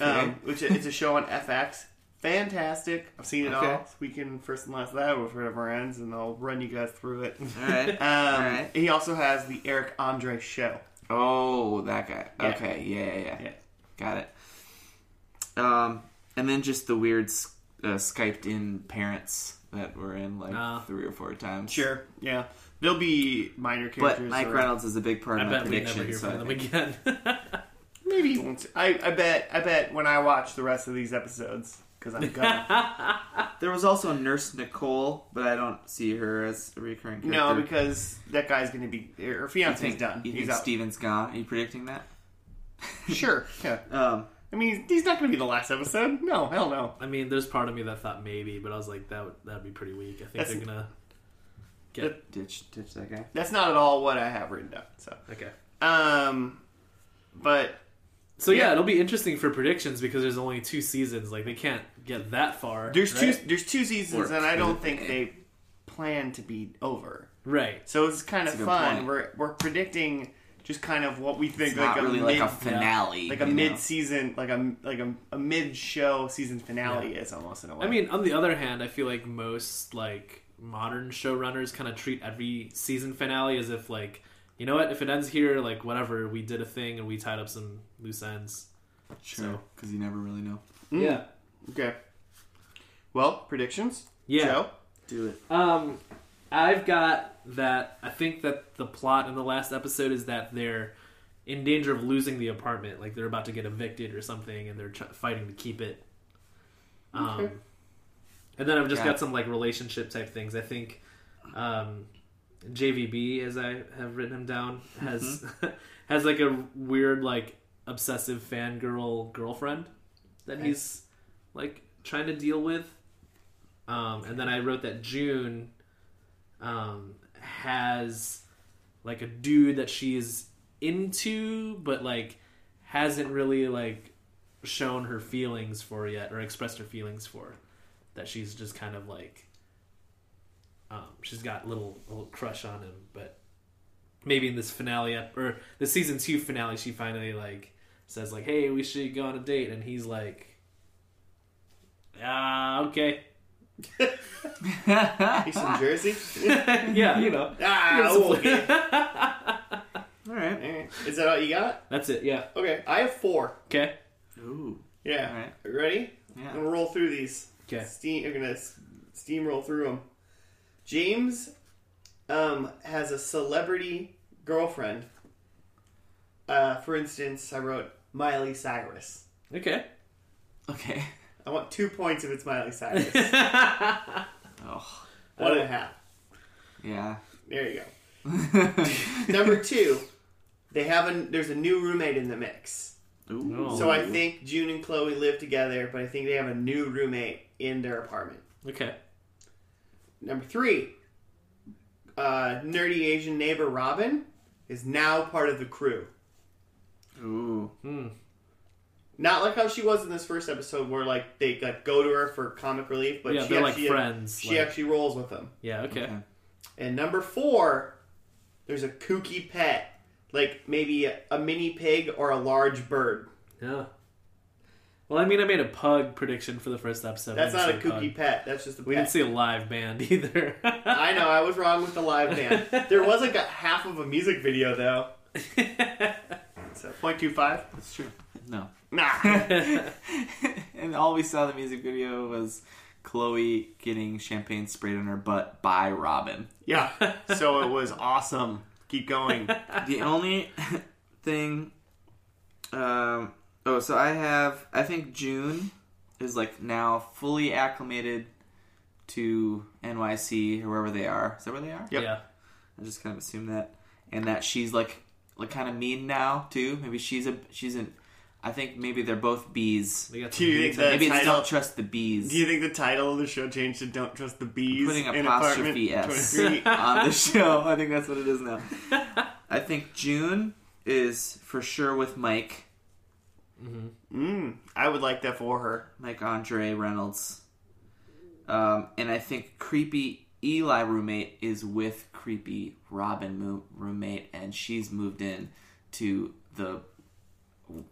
Speaker 2: Okay.
Speaker 3: um, which is it's a show on FX. Fantastic! I've seen it
Speaker 2: Okay.
Speaker 3: all. We can first and last that with whatever ends, and I'll run you guys through it.
Speaker 2: All right.
Speaker 3: Um,
Speaker 2: Alright.
Speaker 3: He also has the Eric Andre show.
Speaker 2: Oh, that guy.
Speaker 3: Yeah.
Speaker 2: Okay. Yeah, yeah, yeah.
Speaker 3: Yeah.
Speaker 2: Got it. Um, and then just the weird s- uh, skyped in parents that were in like
Speaker 1: Ah.
Speaker 2: three or four times.
Speaker 3: Sure. Yeah. There'll be minor
Speaker 2: But
Speaker 3: characters.
Speaker 2: Mike
Speaker 3: or-
Speaker 2: Reynolds is a big part
Speaker 1: I
Speaker 2: of my
Speaker 1: bet we
Speaker 2: prediction.
Speaker 1: never hear
Speaker 2: so I
Speaker 1: from them
Speaker 2: think-
Speaker 1: again.
Speaker 3: Maybe he won't. I, I bet. I bet when I watch the rest of these episodes, because I'm gone.
Speaker 2: There was also Nurse Nicole, but I don't see her as a recurring character.
Speaker 3: no, because that guy's going to be. Her
Speaker 2: you
Speaker 3: fiance's
Speaker 2: think,
Speaker 3: done.
Speaker 2: You
Speaker 3: He's
Speaker 2: think
Speaker 3: out.
Speaker 2: Steven's gone? Are you predicting that?
Speaker 3: Sure. Yeah.
Speaker 2: Um,
Speaker 3: I mean, he's not going to be the last episode. No, hell no.
Speaker 1: I mean, there's part of me that thought maybe, but I was like, that would that'd be pretty weak. I think
Speaker 3: That's-
Speaker 1: they're gonna Get-
Speaker 2: Ditch, ditch that guy.
Speaker 3: That's not at all what I have written down. So,
Speaker 1: okay.
Speaker 3: um, but
Speaker 1: So yeah,
Speaker 3: Yeah.
Speaker 1: it'll be interesting for predictions because there's only two seasons. Like they can't get that far.
Speaker 3: there's
Speaker 1: right?
Speaker 3: two there's two seasons,
Speaker 2: Or
Speaker 3: and I don't
Speaker 2: could
Speaker 3: think
Speaker 2: be.
Speaker 3: they plan to be over.
Speaker 1: Right.
Speaker 3: So it's kind
Speaker 2: That's a
Speaker 3: of
Speaker 2: good
Speaker 3: fun.
Speaker 2: point.
Speaker 3: We're we're predicting just kind of what we think
Speaker 2: It's
Speaker 3: like,
Speaker 2: not
Speaker 3: a
Speaker 2: really
Speaker 3: mid,
Speaker 2: like a finale.
Speaker 3: like a
Speaker 2: you know?
Speaker 3: mid season like a like a, a mid show season finale is almost in a way.
Speaker 1: I mean, on the other hand, I feel like most like modern showrunners kind of treat every season finale as if like, you know what, if it ends here, like whatever, we did a thing and we tied up some loose ends.
Speaker 2: Sure, because you never really know.
Speaker 3: Mm.
Speaker 1: Yeah.
Speaker 3: okay. Well, predictions.
Speaker 1: Yeah.
Speaker 3: Joe?
Speaker 2: Do it.
Speaker 1: Um, I've got that. I think that the plot in the last episode is that they're in danger of losing the apartment, like they're about to get evicted or something, and they're tr- fighting to keep it. Um,
Speaker 3: Okay.
Speaker 1: and then I've just
Speaker 2: Yeah.
Speaker 1: got some like relationship type things. I think um, JVB, as I have written him down, has has like a weird like obsessive fangirl girlfriend that he's like trying to deal with. Um, and then I wrote that June um, has like a dude that she's into, but like hasn't really like shown her feelings for yet or expressed her feelings for. That she's just kind of like um, she's got little little crush on him, but maybe in this finale ep- or the season two finale, she finally like says like, "Hey, we should go on a date," and he's like, "Ah, okay,
Speaker 3: He's from Jersey.
Speaker 1: yeah, you know."
Speaker 3: ah, okay.
Speaker 2: All right.
Speaker 3: Alright. Is that all you got?
Speaker 1: That's it. Yeah.
Speaker 3: Okay. I have four.
Speaker 1: Okay.
Speaker 2: Ooh.
Speaker 3: Yeah.
Speaker 2: Alright.
Speaker 3: You Ready? I'm
Speaker 2: Yeah.
Speaker 3: gonna roll through these.
Speaker 1: Okay.
Speaker 3: Steam. I'm gonna s- steamroll through them. James um, has a celebrity girlfriend. Uh, for instance, I wrote Miley Cyrus.
Speaker 1: Okay.
Speaker 2: Okay.
Speaker 3: I want two points if it's Miley Cyrus.
Speaker 2: Oh.
Speaker 3: One and a half.
Speaker 2: Yeah.
Speaker 3: There you go. Number two, they have a there's a new roommate in the mix.
Speaker 2: Ooh.
Speaker 3: So I think June and Chloe live together, but I think they have a new roommate in their apartment.
Speaker 1: okay.
Speaker 3: Number three, uh, nerdy Asian neighbor Robin is now part of the crew.
Speaker 2: Ooh.
Speaker 1: Hmm.
Speaker 3: Not like how she was in this first episode, where like they like go to her for comic relief, but
Speaker 1: yeah,
Speaker 3: she
Speaker 1: they're like
Speaker 3: actually uh,
Speaker 1: friends.
Speaker 3: she
Speaker 1: like-
Speaker 3: actually rolls with them.
Speaker 1: yeah. Okay.
Speaker 2: Okay.
Speaker 3: And number four, there's a kooky pet, like maybe a, a mini pig or a large bird.
Speaker 1: Yeah. Well, I mean, I made a pug prediction for the first episode.
Speaker 3: That's
Speaker 1: I
Speaker 3: not a
Speaker 1: didn't say
Speaker 3: kooky
Speaker 1: pug.
Speaker 3: pet. That's just a
Speaker 1: We didn't
Speaker 3: pet.
Speaker 1: see a live band either.
Speaker 3: I know I was wrong with the live band. There was like a half of a music video though. So 0.25?
Speaker 2: That's true. No.
Speaker 3: Nah.
Speaker 2: and all we saw in the music video was Chloe getting champagne sprayed on her butt by Robin.
Speaker 3: Yeah. So it was awesome. Keep going.
Speaker 2: The only thing, um, oh, so I have, I think June is like now fully acclimated to NYC or wherever they are. Is that where they are?
Speaker 3: Yep.
Speaker 1: Yeah.
Speaker 2: I just kind of assume that, and that she's like, like kind of mean now too. Maybe she's a, she's an, I think maybe they're both bees.
Speaker 1: We got
Speaker 3: Do you
Speaker 1: some-
Speaker 3: think that
Speaker 2: Maybe it's
Speaker 3: title-
Speaker 2: don't trust the bees.
Speaker 3: Do you think the title of the show changed to Don't Trust the Bees?
Speaker 2: putting
Speaker 3: in
Speaker 2: apostrophe
Speaker 3: apartment
Speaker 2: S
Speaker 3: 23?
Speaker 2: on the show. I think that's what it is now. I think June is for sure with Mike,
Speaker 3: mm, I would like that for her.
Speaker 2: Mike Andre Reynolds, um, and I think creepy Eli roommate is with creepy Robin mo- roommate, and she's moved in to the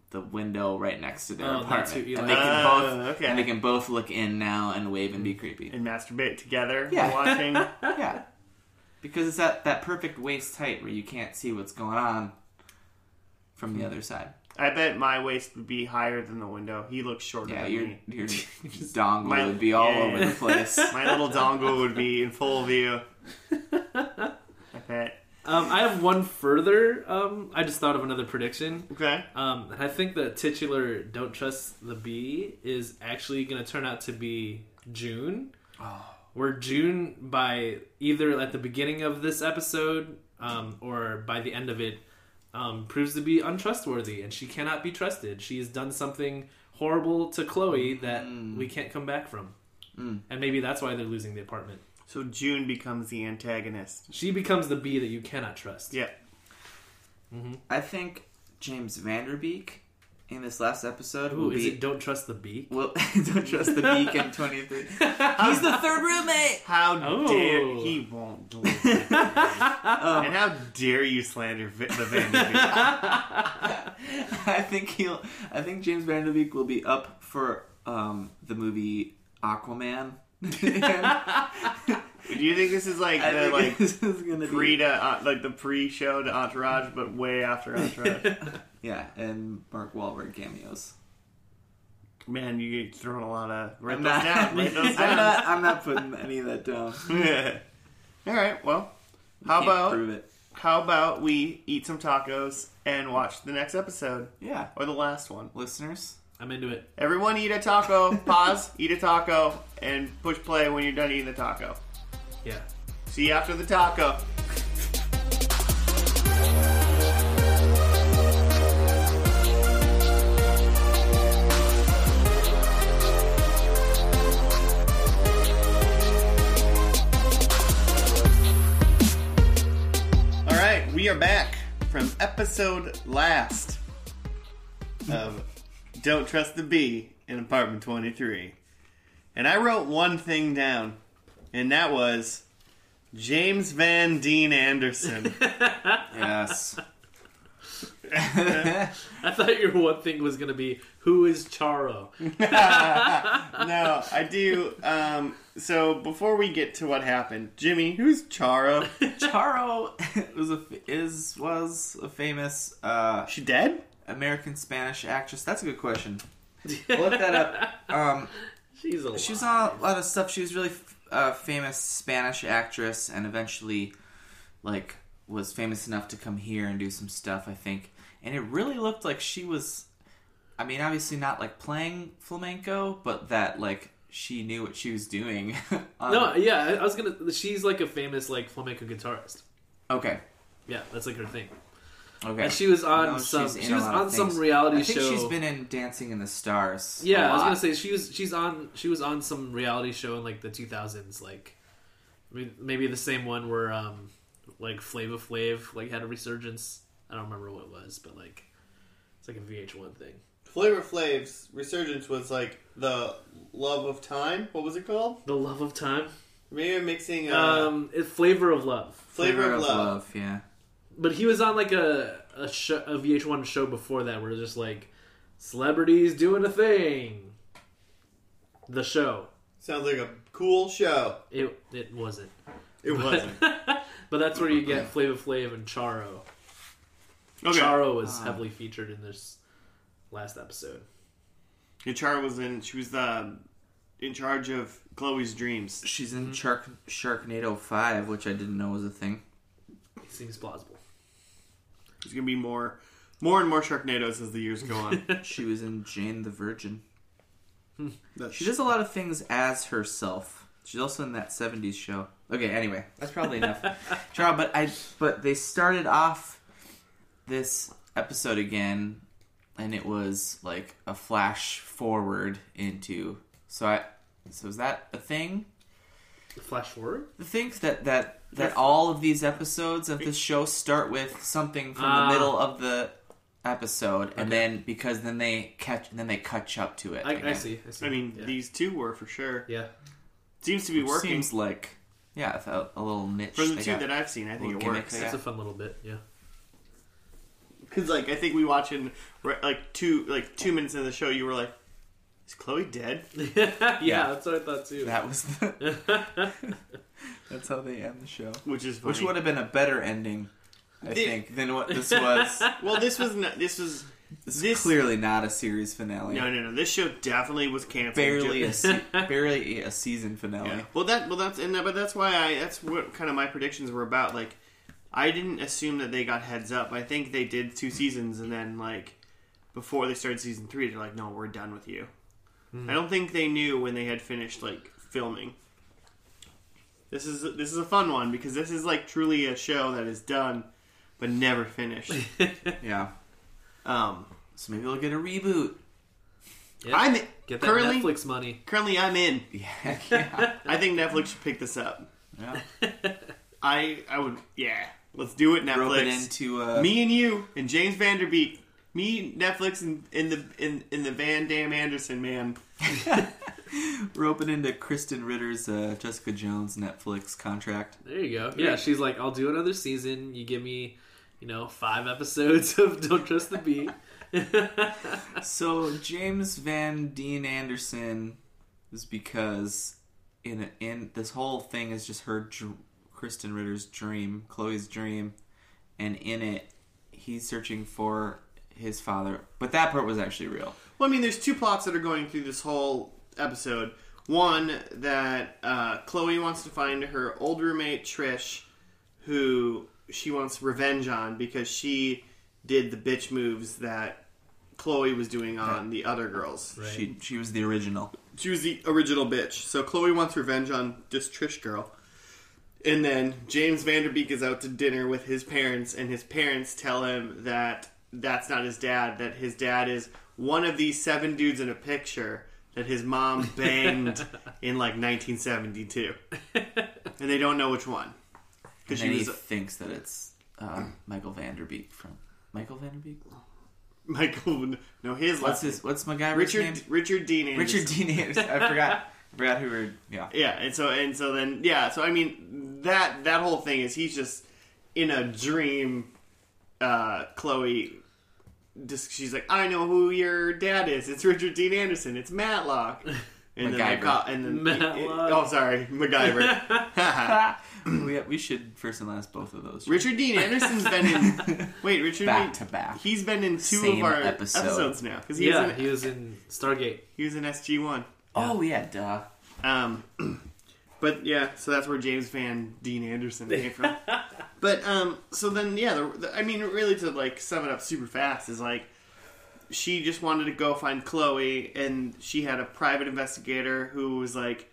Speaker 2: the window right next to their
Speaker 1: Oh, that's who
Speaker 2: apartment,
Speaker 1: Eli
Speaker 2: and they can
Speaker 3: is.
Speaker 2: both
Speaker 3: Oh, okay.
Speaker 2: and they can both look in now and wave and be
Speaker 1: Mm.
Speaker 2: creepy.
Speaker 3: And masturbate together
Speaker 2: Yeah.
Speaker 3: while watching.
Speaker 2: Yeah. Because it's that, that perfect waist height where you can't see what's going on from the
Speaker 1: Hmm.
Speaker 2: other side.
Speaker 3: I bet my waist would be higher than the window. He looks shorter
Speaker 2: Yeah,
Speaker 3: than
Speaker 2: your,
Speaker 3: me.
Speaker 2: your dongle
Speaker 3: My-
Speaker 2: would be all
Speaker 3: yeah.
Speaker 2: over the place.
Speaker 3: My little dongle would be in full view. I bet.
Speaker 1: Um, I have one further. Um, I just thought of another prediction.
Speaker 3: Okay.
Speaker 1: Um, and I think the titular "Don't Trust the Bee" is actually going to turn out to be June. Where June, by either at the beginning of this episode um, or by the end of it, um, proves to be untrustworthy, and she cannot be trusted. She's done something horrible to Chloe that we can't come back from, and maybe that's why they're losing the apartment.
Speaker 3: So June becomes the antagonist.
Speaker 1: She becomes the bee that you cannot trust.
Speaker 3: Yeah.
Speaker 2: I think James Vanderbeek in this last episode
Speaker 1: Ooh,
Speaker 2: will
Speaker 1: is
Speaker 2: be.
Speaker 1: it Don't Trust the Bee?
Speaker 2: Will, don't trust the beak in 23. He's the third roommate!
Speaker 3: How
Speaker 1: Oh.
Speaker 3: dare he won't listen.
Speaker 2: Um,
Speaker 3: and how dare you slander Vi- the Vanderbilt?
Speaker 2: I think he'll. I think James Vanderbeek will be up for um, the movie Aquaman.
Speaker 3: Do you think this is like
Speaker 2: I
Speaker 3: the
Speaker 2: think
Speaker 3: like
Speaker 2: this is gonna
Speaker 3: pre
Speaker 2: be
Speaker 3: to uh, like the pre-show to Entourage, but way after Entourage?
Speaker 2: yeah, and Mark Wahlberg cameos.
Speaker 3: Man, you get thrown a lot of write
Speaker 2: I'm
Speaker 3: those
Speaker 2: not,
Speaker 3: down. Write those
Speaker 2: I'm
Speaker 3: down.
Speaker 2: not. I'm not putting any of that down.
Speaker 3: All right. Well, how
Speaker 2: Can't
Speaker 3: about
Speaker 2: prove it?
Speaker 3: how about we eat some tacos and watch the next episode
Speaker 2: Yeah,
Speaker 3: or the last one?
Speaker 2: listeners.
Speaker 1: I'm into it.
Speaker 3: Everyone eat a taco. Pause. eat a taco and push play when you're done eating the taco.
Speaker 1: Yeah.
Speaker 3: See you after the taco. All right, we are back from episode last of Don't Trust the Bee in Apartment 23. And I wrote one thing down, and that was James Van Dean Anderson.
Speaker 2: Yes.
Speaker 1: I thought your one thing was going to be who is Charo?
Speaker 3: no, I do. Um, so before we get to what happened, Jimmy, who's Charo?
Speaker 2: Charo was a f- is was a famous uh,
Speaker 3: She dead?
Speaker 2: American Spanish actress. That's a good question. Look that up. Um,
Speaker 1: She's a
Speaker 2: She was on a lot of stuff. She was really f- a famous Spanish actress, and eventually, like, was famous enough to come here and do some stuff. I think, and it really looked like she was. I mean, obviously not like playing flamenco, but that like she knew what she was doing. Um,
Speaker 1: No, yeah, I- I was going to she's like a famous like flamenco guitarist.
Speaker 2: Okay.
Speaker 1: Yeah, that's like her thing.
Speaker 2: Okay.
Speaker 1: And she was
Speaker 2: I know
Speaker 1: on
Speaker 2: she's
Speaker 1: some
Speaker 2: in
Speaker 1: she
Speaker 2: a
Speaker 1: was
Speaker 2: lot of
Speaker 1: on some
Speaker 2: things.
Speaker 1: reality
Speaker 2: I think
Speaker 1: show.
Speaker 2: she's been in Dancing in the Stars. a
Speaker 1: yeah, I was
Speaker 2: lot.
Speaker 1: gonna say she was she's on she was on some reality show in like the 2000s, like I mean, maybe the same one where um like Flava Flav like had a resurgence. I don't remember what it was, but like it's like a VH1 thing.
Speaker 3: Flavor Flav's resurgence was like the love of time. What was it called?
Speaker 1: The Love of Time,
Speaker 3: Maybe I'm mixing uh,
Speaker 1: um, it, Flavor of Love.
Speaker 2: Uh, Flavor, of, love. Yeah.
Speaker 1: But he was on like a a, sh- a VH1 show before that where it was just like celebrities doing a thing. The show
Speaker 3: Sounds like a cool show.
Speaker 1: it it wasn't.
Speaker 3: It wasn't.
Speaker 1: but that's where you get Flava Flav and Charo.
Speaker 3: Okay.
Speaker 1: Charo was heavily featured in this last episode.
Speaker 3: Yeah, Charo was in. She was the in charge of Chloe's dreams.
Speaker 2: She's
Speaker 1: Mm-hmm.
Speaker 2: in Shark Sharknado Five, which I didn't know was a thing.
Speaker 1: It seems plausible.
Speaker 3: There's gonna be more, more and more Sharknadoes as the years go on.
Speaker 2: She was in Jane the Virgin.
Speaker 3: That's-
Speaker 2: She does a lot of things as herself. She's also in that '70s show. Okay, anyway, that's probably enough, Charles. But I, but they started off this episode again, and it was like a flash forward into. So I, so is that a thing?
Speaker 1: Flash forward.
Speaker 2: The thing that that that all of these episodes of this show start with something from
Speaker 1: Ah.
Speaker 2: the middle of the episode, and then because then they catch, then they catch up to it.
Speaker 1: I, I
Speaker 2: again.
Speaker 1: see. I see.
Speaker 3: I mean,
Speaker 1: yeah.
Speaker 3: these two were for sure.
Speaker 1: yeah.
Speaker 3: Seems to be
Speaker 2: Which
Speaker 3: working.
Speaker 2: Seems like yeah, it's a, a little niche.
Speaker 3: From the
Speaker 2: they
Speaker 3: two
Speaker 2: got.
Speaker 3: that I've seen, I think it
Speaker 2: little gimmicks.
Speaker 3: works.
Speaker 1: That's
Speaker 2: Yeah.
Speaker 1: a fun little bit. Yeah.
Speaker 3: Because like I think we watch in re- like two like two minutes into the show, you were like, "Is Chloe dead?"
Speaker 1: yeah.
Speaker 2: Yeah.
Speaker 1: That's what I thought too.
Speaker 2: that was the, that's how they end the show.
Speaker 3: Which is funny.
Speaker 2: Which would have been a better ending, I
Speaker 3: Thi-
Speaker 2: think, than what this was.
Speaker 3: Well, this was not, this was
Speaker 2: This,
Speaker 3: This-
Speaker 2: is clearly not a series finale.
Speaker 3: no no no. This show definitely was canceled.
Speaker 2: Barely a se- barely a season finale.
Speaker 3: Oh, Yeah. Well, that well that's and that, but that's why I that's what kind of my predictions were about. Like, I didn't assume that they got heads up. I think they did two seasons, and then like before they started season three, they're like, "No, we're done with you."
Speaker 1: Hmm.
Speaker 3: I don't think they knew when they had finished like filming. This is this is a fun one because this is like truly a show that is done but never finished.
Speaker 2: Yeah.
Speaker 3: um,
Speaker 2: So maybe we'll get a reboot.
Speaker 1: Yeah.
Speaker 3: I'm
Speaker 1: Get that
Speaker 3: currently
Speaker 1: Netflix money.
Speaker 3: currently I'm in.
Speaker 2: Yeah. yeah.
Speaker 3: I think Netflix should pick this up.
Speaker 2: Yeah.
Speaker 3: I I would yeah. Let's do it, Netflix.
Speaker 2: Rope it into uh,
Speaker 3: me and you and James Vanderbeek. Me, Netflix, and in the in in the Van Dam Anderson man.
Speaker 2: rope it into Kristen Ritter's uh, Jessica Jones Netflix contract.
Speaker 1: There you go. Yeah, she's like, I'll do another season. You give me, you know, five episodes of Don't Trust the Bee.
Speaker 2: So James Van Dean Anderson is because in in this whole thing is just her dr- Kristen Ritter's dream, Chloe's dream, and in it he's searching for his father. But that part was actually real.
Speaker 3: Well, I mean, there's two plots that are going through this whole episode. One that uh, Chloe wants to find her old roommate Trish, who she wants revenge on because she did the bitch moves that Chloe was doing on the other girls.
Speaker 1: Right.
Speaker 2: She she was the original.
Speaker 3: She was the original bitch. So Chloe wants revenge on this Trish girl. And then James Vanderbeek is out to dinner with his parents, and his parents tell him that that's not his dad, that his dad is one of these seven dudes in a picture that his mom banged in like 1972. And they don't know which one.
Speaker 2: And
Speaker 3: Because
Speaker 2: then
Speaker 3: she
Speaker 2: he
Speaker 3: was
Speaker 2: thinks that it's uh, Michael Vanderbeek from Michael Vanderbeek.
Speaker 3: Michael. No, his last
Speaker 2: What's his What's MacGyver's name?
Speaker 3: Richard Richard Dean Anderson.
Speaker 2: Richard Dean Anderson. I forgot. I forgot who were. Yeah.
Speaker 3: Yeah, and so and so then yeah, so I mean that that whole thing is he's just in a dream. Uh, Chloe, just she's like, I know who your dad is. It's Richard Dean Anderson. It's Matlock. And then
Speaker 2: MacGyver.
Speaker 3: they call, and then
Speaker 1: Matlock.
Speaker 3: oh sorry, MacGyver.
Speaker 2: Uh, we, we should first and last both of those.
Speaker 3: Richard Dean Anderson's been in wait Richard
Speaker 2: back
Speaker 3: Dean,
Speaker 2: to back.
Speaker 3: he's been in two
Speaker 2: Same
Speaker 3: of our
Speaker 2: episode.
Speaker 3: episodes now because he,
Speaker 1: yeah,
Speaker 3: was in-
Speaker 1: he was in Stargate.
Speaker 3: he was in SG one.
Speaker 2: Oh yeah, duh.
Speaker 3: Um, but yeah, so that's where James Van Dean Anderson came from. but um, so then yeah, the, the, I mean, really to like sum it up super fast is like she just wanted to go find Chloe, and she had a private investigator who was like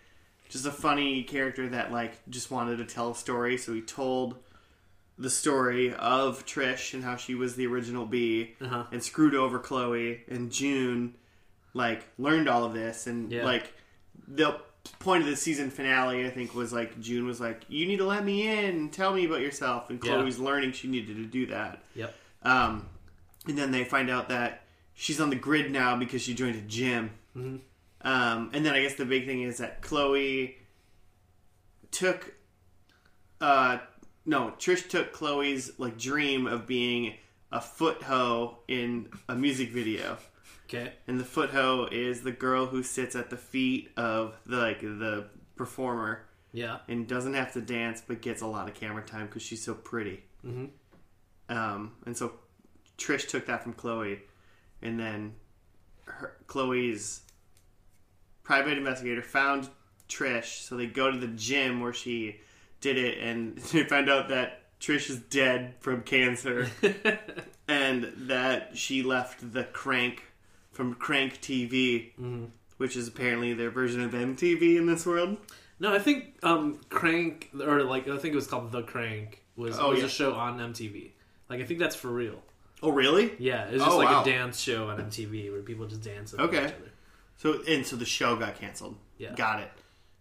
Speaker 3: just a funny character that like just wanted to tell a story, so he told. The story of Trish and how she was the original bee
Speaker 1: Uh-huh.
Speaker 3: and screwed over Chloe and June, like learned all of this and
Speaker 1: Yeah.
Speaker 3: like the point of the season finale, I think, was like June was like, "You need to let me in and tell me about yourself." And
Speaker 1: Yeah.
Speaker 3: Chloe's learning she needed to do that.
Speaker 1: Yep.
Speaker 3: Um, and then they find out that she's on the grid now because she joined a gym. Um, and then I guess the big thing is that Chloe took, uh, no, Trish took Chloe's like dream of being a foot hoe in a music video.
Speaker 1: Okay.
Speaker 3: And the foot hoe is the girl who sits at the feet of the, like the performer
Speaker 1: Yeah.
Speaker 3: and doesn't have to dance but gets a lot of camera time because she's so pretty.
Speaker 1: Mhm.
Speaker 3: Um, and so Trish took that from Chloe, and then her, Chloe's private investigator found Trish. So they go to the gym where she did it, and they find out that Trish is dead from cancer, and that she left the crank from Crank TV. Which is apparently their version of MTV in this world.
Speaker 1: No, I think um Crank or like I think it was called The Crank was
Speaker 3: Oh,
Speaker 1: was
Speaker 3: yeah.
Speaker 1: a show on MTV. Like I think that's for real.
Speaker 3: Oh, really?
Speaker 1: Yeah, it was just
Speaker 3: Oh,
Speaker 1: like
Speaker 3: wow.
Speaker 1: a dance show on MTV where people just dance.
Speaker 3: Okay.
Speaker 1: Okay. Each other.
Speaker 3: So and so the show got canceled.
Speaker 1: Yeah.
Speaker 3: got it.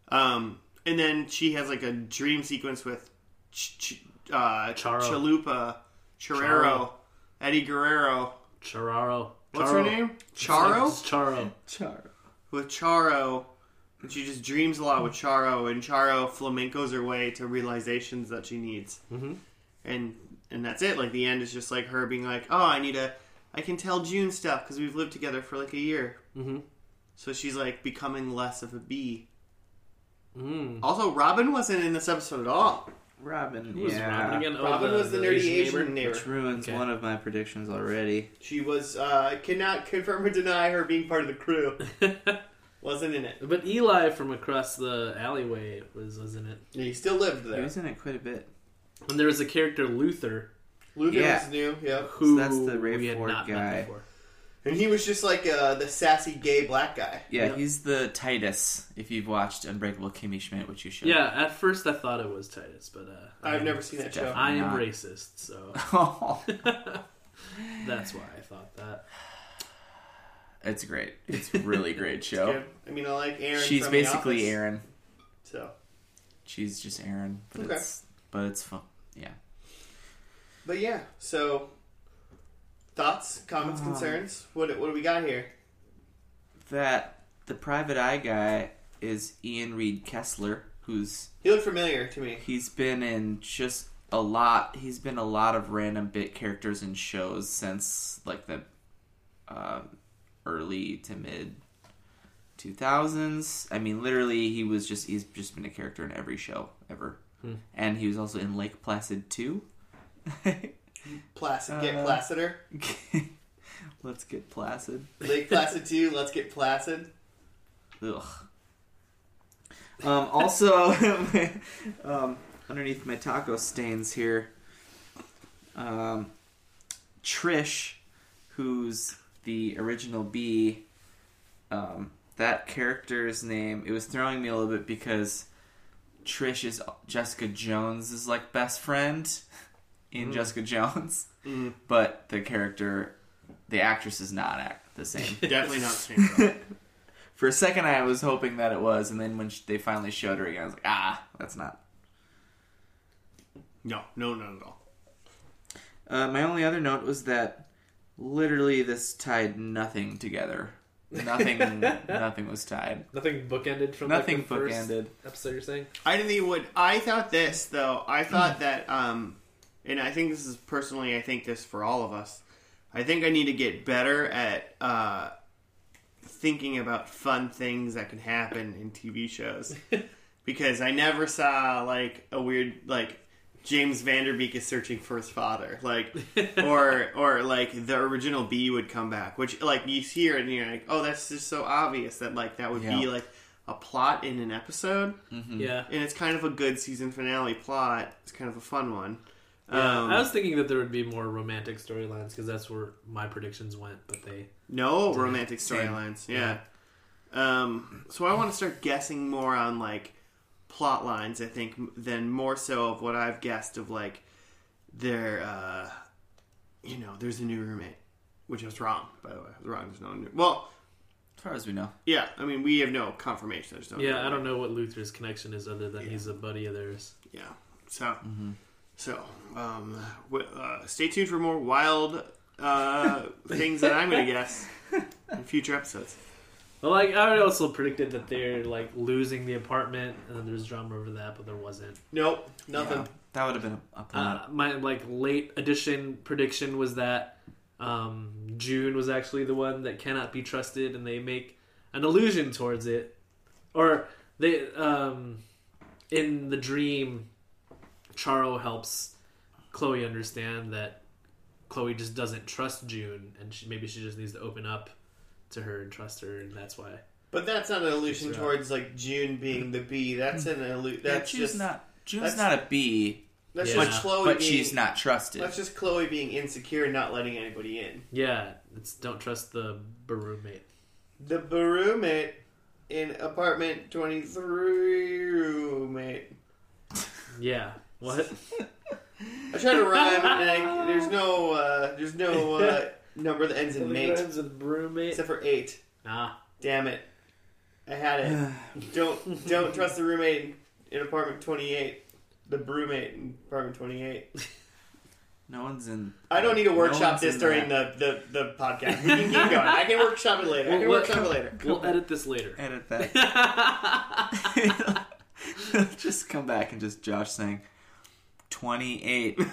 Speaker 3: Um, and then she has like a dream sequence with Ch- Ch- uh,
Speaker 1: Charo.
Speaker 3: Chalupa, Charrero,
Speaker 1: Charo.
Speaker 3: Eddie Guerrero.
Speaker 1: Chararo.
Speaker 3: What's
Speaker 1: Charo.
Speaker 3: her name? Charo.
Speaker 1: It's Charo.
Speaker 2: Char.
Speaker 3: With Charo, and she just dreams a lot with Charo, and Charo flamencos her way to realizations that she needs.
Speaker 1: Mhm.
Speaker 3: And and that's it. Like the end is just like her being like, oh, I need a, I can tell June stuff because we've lived together for like a year.
Speaker 1: Mm-hmm.
Speaker 3: So she's like becoming less of a bee.
Speaker 1: Mm.
Speaker 3: Also, Robin wasn't in this episode at all.
Speaker 2: Robin.
Speaker 1: Who was
Speaker 2: yeah.
Speaker 1: Robin again? Oh,
Speaker 3: Robin was the, nerdy Asian, neighbor.
Speaker 2: Which ruins
Speaker 1: Okay.
Speaker 2: one of my predictions already.
Speaker 3: She was uh, cannot confirm or deny her being part of the crew. wasn't in it.
Speaker 1: But Eli from across the alleyway was was in it,
Speaker 3: Yeah, he still lived
Speaker 2: He
Speaker 3: there.
Speaker 2: was in it quite a bit.
Speaker 1: and there was a character Luther
Speaker 3: Luther
Speaker 2: Yeah.
Speaker 3: was new. Yeah,
Speaker 1: who
Speaker 2: that's the Ray
Speaker 1: we had
Speaker 2: Ford
Speaker 1: not
Speaker 2: guy.
Speaker 1: met before.
Speaker 3: and he was just like uh, the sassy gay black guy.
Speaker 2: Yeah,
Speaker 1: Yep.
Speaker 2: he's the Titus. If you've watched Unbreakable Kimmy Schmidt, which you should.
Speaker 1: Yeah, at first I thought it was Titus, but uh, I
Speaker 3: I've
Speaker 1: am-
Speaker 3: never seen that show.
Speaker 1: I am
Speaker 2: Not.
Speaker 1: racist, so that's why I thought that.
Speaker 2: it's great. It's a really great show.
Speaker 3: I mean, I like Aaron.
Speaker 2: She's
Speaker 3: from The
Speaker 2: basically
Speaker 3: Office,
Speaker 2: Aaron.
Speaker 3: So
Speaker 2: She's just Aaron, but
Speaker 4: Okay.
Speaker 2: it's but it's fun. Yeah.
Speaker 4: But yeah, so thoughts, comments,
Speaker 2: Um,
Speaker 4: concerns. What what do we got here?
Speaker 2: That the private eye guy is Ian Reed Kessler, who's
Speaker 4: He looked familiar to me.
Speaker 2: he's been in just a lot. He's been a lot of random bit characters in shows since like the um, early to mid 2000s. I mean, literally, he was just he's just been a character in every show ever, and he was also in Lake Placid too.
Speaker 4: Placid, get
Speaker 2: Uh,
Speaker 4: placider.
Speaker 2: Let's get placid.
Speaker 4: Lake Placid too. Let's get placid.
Speaker 2: Ugh. Um, also, um, underneath my taco stains here, um, Trish, who's the original bee, um, that character's name, it was throwing me a little bit because Trish is Jessica Jones's like best friend in Jessica Jones,
Speaker 4: Mm.
Speaker 2: but the character, the actress is not act the same.
Speaker 3: Definitely not same. though.
Speaker 2: For a second, I was hoping that it was, and then when sh they finally showed her again, I was like, ah, that's not.
Speaker 3: No, no, not at all.
Speaker 2: Uh, my only other note was that literally this tied nothing together. Nothing, nothing was tied.
Speaker 1: Nothing bookended from
Speaker 2: Nothing
Speaker 1: like, the first
Speaker 2: bookended.
Speaker 1: episode. You're saying
Speaker 3: I didn't think it would. I thought this though. I thought that, um, and I think this is personally. I think this for all of us. I think I need to get better at uh, thinking about fun things that can happen in TV shows because I never saw like a weird like James Vanderbeek is searching for his father, like, or or like the original B would come back, which like you hear it and you're like, oh, that's just so obvious that like that would
Speaker 2: Yeah.
Speaker 3: be like a plot in an episode
Speaker 2: Mm.
Speaker 1: yeah.
Speaker 3: and it's kind of a good season finale plot. It's kind of a fun one.
Speaker 1: Yeah,
Speaker 3: Um,
Speaker 1: I was thinking that there would be more romantic storylines because that's where my predictions went, but they
Speaker 3: no romantic
Speaker 2: Same.
Speaker 3: storylines. Yeah. Um, so I want to start guessing more on like plot lines. I think m- than more so of what I've guessed of like their, uh, you know, there's a new roommate, which I was wrong by the way. I was wrong. There's no new. Well,
Speaker 2: As far as we know,
Speaker 3: yeah. I mean, we have no confirmation. There's no. new
Speaker 1: yeah. I
Speaker 3: roommate.
Speaker 1: don't know what Luther's connection is other than he's a buddy of theirs.
Speaker 3: Yeah. So, so um, w- uh, stay tuned for more wild uh, things that I'm going to guess in future episodes.
Speaker 1: Well, like I also predicted that they're like losing the apartment, and then there's drama over that, but there wasn't.
Speaker 4: Nope, nothing.
Speaker 2: Yeah, that would have been a, a plot.
Speaker 1: Uh, my like late edition prediction was that um, June was actually the one that cannot be trusted, and they make an allusion towards it, or they um, in the dream, Charo helps Chloe understand that Chloe just doesn't trust June, and she, maybe she just needs to open up to her and trust her, and that's why.
Speaker 4: But that's not an allusion
Speaker 2: uh,
Speaker 1: That's right.
Speaker 4: towards like June being the bee. That's an allusion.
Speaker 2: yeah,
Speaker 4: That's
Speaker 2: June's
Speaker 4: just
Speaker 2: not. June's
Speaker 4: that's- E.
Speaker 2: not a bee,
Speaker 4: that's
Speaker 1: Yeah.
Speaker 4: just Chloe.
Speaker 2: but
Speaker 4: being,
Speaker 2: she's not trusted.
Speaker 4: That's just Chloe being insecure and not letting anybody in.
Speaker 1: Yeah, it's don't trust the roommate.
Speaker 4: The roommate in apartment twenty three roommate.
Speaker 1: Yeah, what?
Speaker 4: I tried to rhyme and I, there's no uh, there's no uh, number that ends in mate
Speaker 1: roommate.
Speaker 4: except for eight.
Speaker 1: Nah.
Speaker 4: Damn it, I had it. Don't don't trust the roommate in apartment twenty eight. The roommate in apartment twenty eight.
Speaker 2: no one's in.
Speaker 4: I don't need to
Speaker 2: No
Speaker 4: workshop
Speaker 2: one's
Speaker 4: this
Speaker 2: in
Speaker 4: during the, the, the podcast. We can keep going. I can workshop it later. I can
Speaker 1: Well,
Speaker 4: workshop it later.
Speaker 1: We'll edit this later.
Speaker 2: Edit that. just come back and just Josh saying, twenty-eight. Room.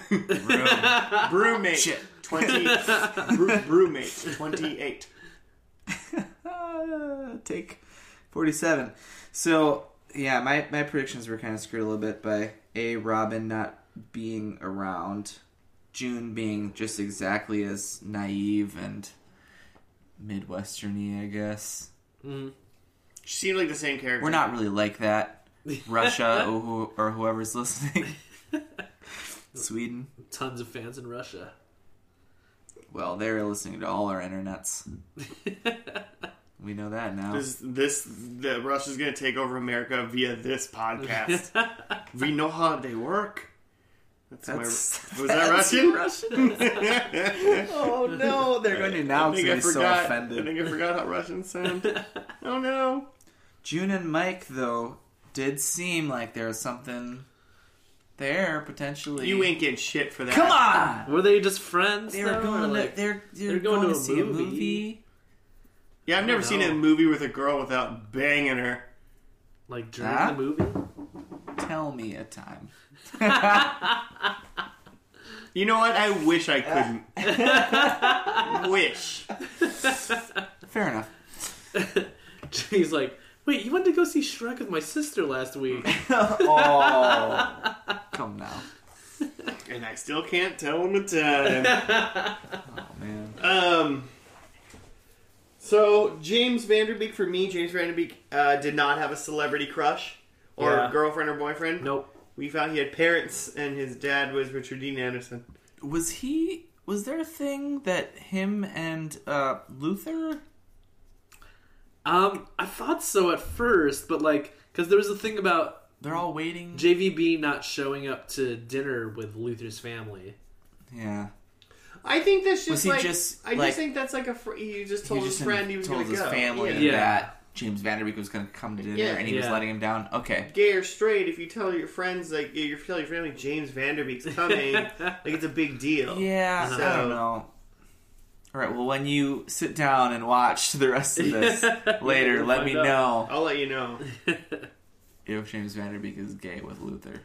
Speaker 3: Brewmate
Speaker 2: Shit.
Speaker 3: twenty. brew, brewmate twenty-eight.
Speaker 2: Ah, take 47. So, yeah, my, my predictions were kind of screwed a little bit by A, Robin not being around, June being just exactly as naive and Midwestern y, I guess.
Speaker 1: Mm.
Speaker 3: She seemed like the same character.
Speaker 2: We're not really like that. Russia or, who, or whoever's listening. Sweden.
Speaker 1: Tons of fans in Russia.
Speaker 2: Well, they're listening to all our internets. We know that now.
Speaker 3: This, this the Russia's going to take over America via this podcast. we know how they work. That's, my. Was that
Speaker 2: that's
Speaker 3: Russian?
Speaker 2: Russian. oh no, they're going to now
Speaker 3: I think
Speaker 2: be
Speaker 3: I
Speaker 2: so
Speaker 3: forgot. I
Speaker 2: offended.
Speaker 3: think I forgot how Russians sound. oh no.
Speaker 2: June and Mike though did seem like there was something there potentially.
Speaker 5: You ain't getting shit for that.
Speaker 2: Come on.
Speaker 1: Were they just friends?
Speaker 2: They were
Speaker 1: though?
Speaker 2: going.
Speaker 1: Like,
Speaker 2: to, they're, they're
Speaker 1: they're
Speaker 2: going, to,
Speaker 1: going to a
Speaker 2: see
Speaker 1: movie.
Speaker 2: a movie.
Speaker 5: Yeah, I've never
Speaker 1: No.
Speaker 5: seen a movie with a girl without banging her.
Speaker 1: like during
Speaker 2: Huh?
Speaker 1: the movie.
Speaker 2: Tell me a time.
Speaker 5: You know what? I wish I couldn't. wish.
Speaker 2: Fair enough.
Speaker 1: He's like, wait, you went to go see Shrek with my sister last week.
Speaker 2: Oh, come now.
Speaker 5: And I still can't tell him a time.
Speaker 2: Oh man.
Speaker 3: Um. So James Vanderbeek for me, James Vanderbeek uh, did not have a celebrity crush or
Speaker 1: Yeah.
Speaker 3: girlfriend or boyfriend.
Speaker 1: nope.
Speaker 3: We found he had parents, and his dad was Richard Dean Anderson.
Speaker 2: Was he? Was there a thing that him and uh, Luther?
Speaker 1: Um, I thought so at first, but like, because there was a thing about
Speaker 2: They're all waiting.
Speaker 1: JVB not showing up to dinner with Luther's family.
Speaker 2: yeah.
Speaker 3: I think that's just
Speaker 2: Was he
Speaker 3: like
Speaker 2: just,
Speaker 3: I
Speaker 2: like-
Speaker 3: just think that's like a fr- he just told
Speaker 2: he
Speaker 3: his
Speaker 2: just
Speaker 3: friend he was
Speaker 2: told
Speaker 3: going to
Speaker 2: his
Speaker 3: go.
Speaker 2: family
Speaker 3: Yeah.
Speaker 1: Yeah.
Speaker 2: that James Vanderbeek was going to come to dinner,
Speaker 3: Yeah.
Speaker 2: and he was
Speaker 1: Yeah.
Speaker 2: letting him down. Okay.
Speaker 3: Gay or straight, if you tell your friends like you tell your family James Vanderbeek's coming, like it's a big deal.
Speaker 2: Yeah.
Speaker 3: So-
Speaker 2: I don't know. All right. Well, when you sit down and watch the rest of this later,
Speaker 1: We'll
Speaker 2: let
Speaker 1: find
Speaker 2: me
Speaker 1: out.
Speaker 2: know
Speaker 3: I'll let you know.
Speaker 2: if James Vanderbeek is gay with Luther.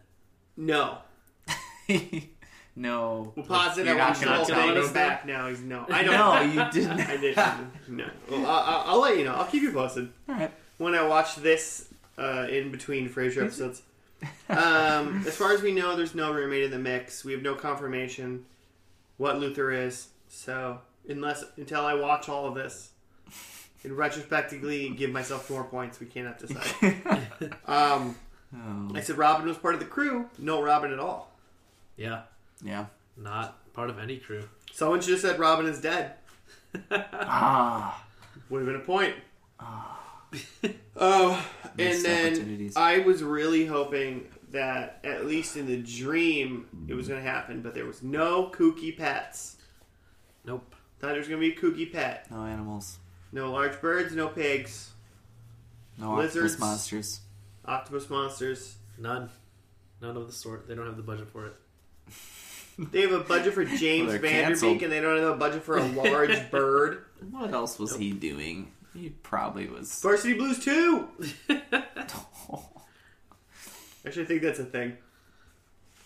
Speaker 3: No,
Speaker 2: no.
Speaker 3: we'll pause it.
Speaker 2: You're
Speaker 3: I
Speaker 2: not
Speaker 3: want you to
Speaker 2: gonna
Speaker 3: hold
Speaker 2: tell
Speaker 3: Daniel
Speaker 2: us that?
Speaker 3: back now. He's no. I don't.
Speaker 2: No, you didn't.
Speaker 3: I didn't. No. Well, I, I'll let you know. I'll keep you posted
Speaker 2: All right.
Speaker 3: when I watch this uh, in between
Speaker 2: Mm-hmm.
Speaker 3: Frasier episodes.
Speaker 2: Oh,
Speaker 3: Um, as far as we know, there's no roommate in the mix. We have no confirmation what Luther is. So unless until I watch all of this and retrospectively give myself more points, we cannot decide. Um,
Speaker 2: Oh,
Speaker 3: I said Robin was part of the crew. No Robin at all.
Speaker 1: Yeah,
Speaker 2: yeah.
Speaker 1: not part of any crew.
Speaker 3: Someone should have said Robin is dead.
Speaker 2: Ah.
Speaker 3: Would have been a point. Oh, and
Speaker 2: Missed
Speaker 3: then
Speaker 2: opportunities.
Speaker 3: I was really hoping that at least in the dream it was going to happen, but there was no kooky pets.
Speaker 1: Nope.
Speaker 3: Thought there was going to be a kooky pet.
Speaker 2: No animals.
Speaker 3: No large birds, no pigs,
Speaker 2: No
Speaker 3: Lizards.
Speaker 2: octopus monsters.
Speaker 3: octopus monsters.
Speaker 1: None. None of the sort. They don't have the budget for it.
Speaker 3: They have a budget for James
Speaker 2: they're
Speaker 3: Vanderbeek,
Speaker 2: canceled.
Speaker 3: and they don't have a budget for a large bird.
Speaker 2: What else was he doing? He probably was.
Speaker 3: Varsity Blues 2!
Speaker 2: Oh,
Speaker 3: Actually, I think that's a thing.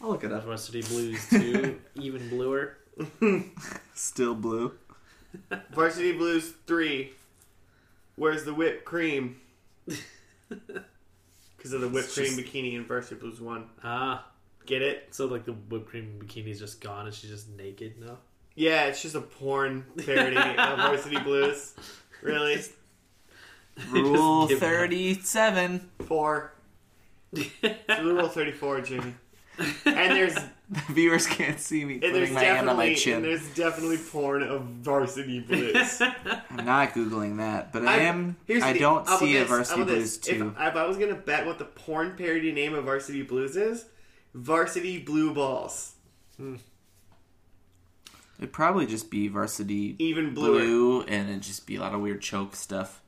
Speaker 2: I'll look it up.
Speaker 1: Varsity Blues 2, even bluer.
Speaker 2: Still blue.
Speaker 3: Varsity Blues 3. Where's the whipped cream? Because of the whipped
Speaker 2: It's
Speaker 3: cream
Speaker 2: just-
Speaker 3: bikini in Varsity Blues 1.
Speaker 1: Ah,
Speaker 3: Get it?
Speaker 1: so like the whipped cream bikini's just gone and she's just naked now?
Speaker 3: Yeah, it's just a porn parody of Varsity Blues. Really?
Speaker 2: Rule
Speaker 1: give up.
Speaker 2: 37.
Speaker 3: Four. It's Rule 34, Jimmy. And there's and
Speaker 2: The viewers can't see me
Speaker 3: there's
Speaker 2: putting my hand on my
Speaker 3: definitely and
Speaker 2: chin.
Speaker 3: there's definitely porn of Varsity Blues.
Speaker 2: I'm not Googling that, but I,
Speaker 3: I-
Speaker 2: am.
Speaker 3: Here's
Speaker 2: I
Speaker 3: the-
Speaker 2: don't
Speaker 3: how about
Speaker 2: see a
Speaker 3: this? How
Speaker 2: Varsity
Speaker 3: about
Speaker 2: Blues
Speaker 3: this?
Speaker 2: 2.
Speaker 3: If, if I was gonna bet what the porn parody name of Varsity Blues is, Varsity Blue Balls.
Speaker 2: It'd probably just be Varsity
Speaker 3: Even bluer.
Speaker 2: Blue, and it'd just be a lot of weird choke stuff.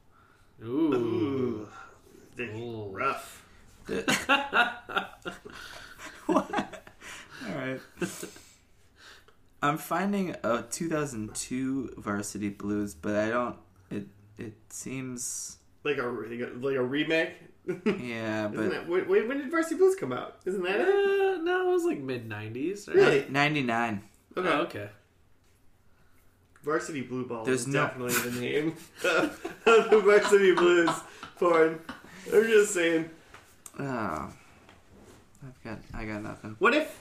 Speaker 1: Ooh.
Speaker 3: Ooh, They're
Speaker 1: Ooh.
Speaker 3: rough.
Speaker 1: Uh,
Speaker 2: Alright. I'm finding a 2002 Varsity Blues, but I don't. It it seems.
Speaker 3: Like a like a remake. Isn't
Speaker 2: Yeah, but.
Speaker 3: that, when, when did Varsity Blues come out? Isn't that
Speaker 1: Uh,
Speaker 3: it?
Speaker 1: no, it was like mid 90s. Right?
Speaker 3: Really?
Speaker 2: 99.
Speaker 3: Okay.
Speaker 1: Oh, okay.
Speaker 3: Varsity Blue Balls
Speaker 2: uh, There's
Speaker 3: is
Speaker 2: no-
Speaker 3: definitely the name of the Varsity Blues porn. I'm just saying.
Speaker 2: Oh. I've got. I got nothing.
Speaker 3: What if,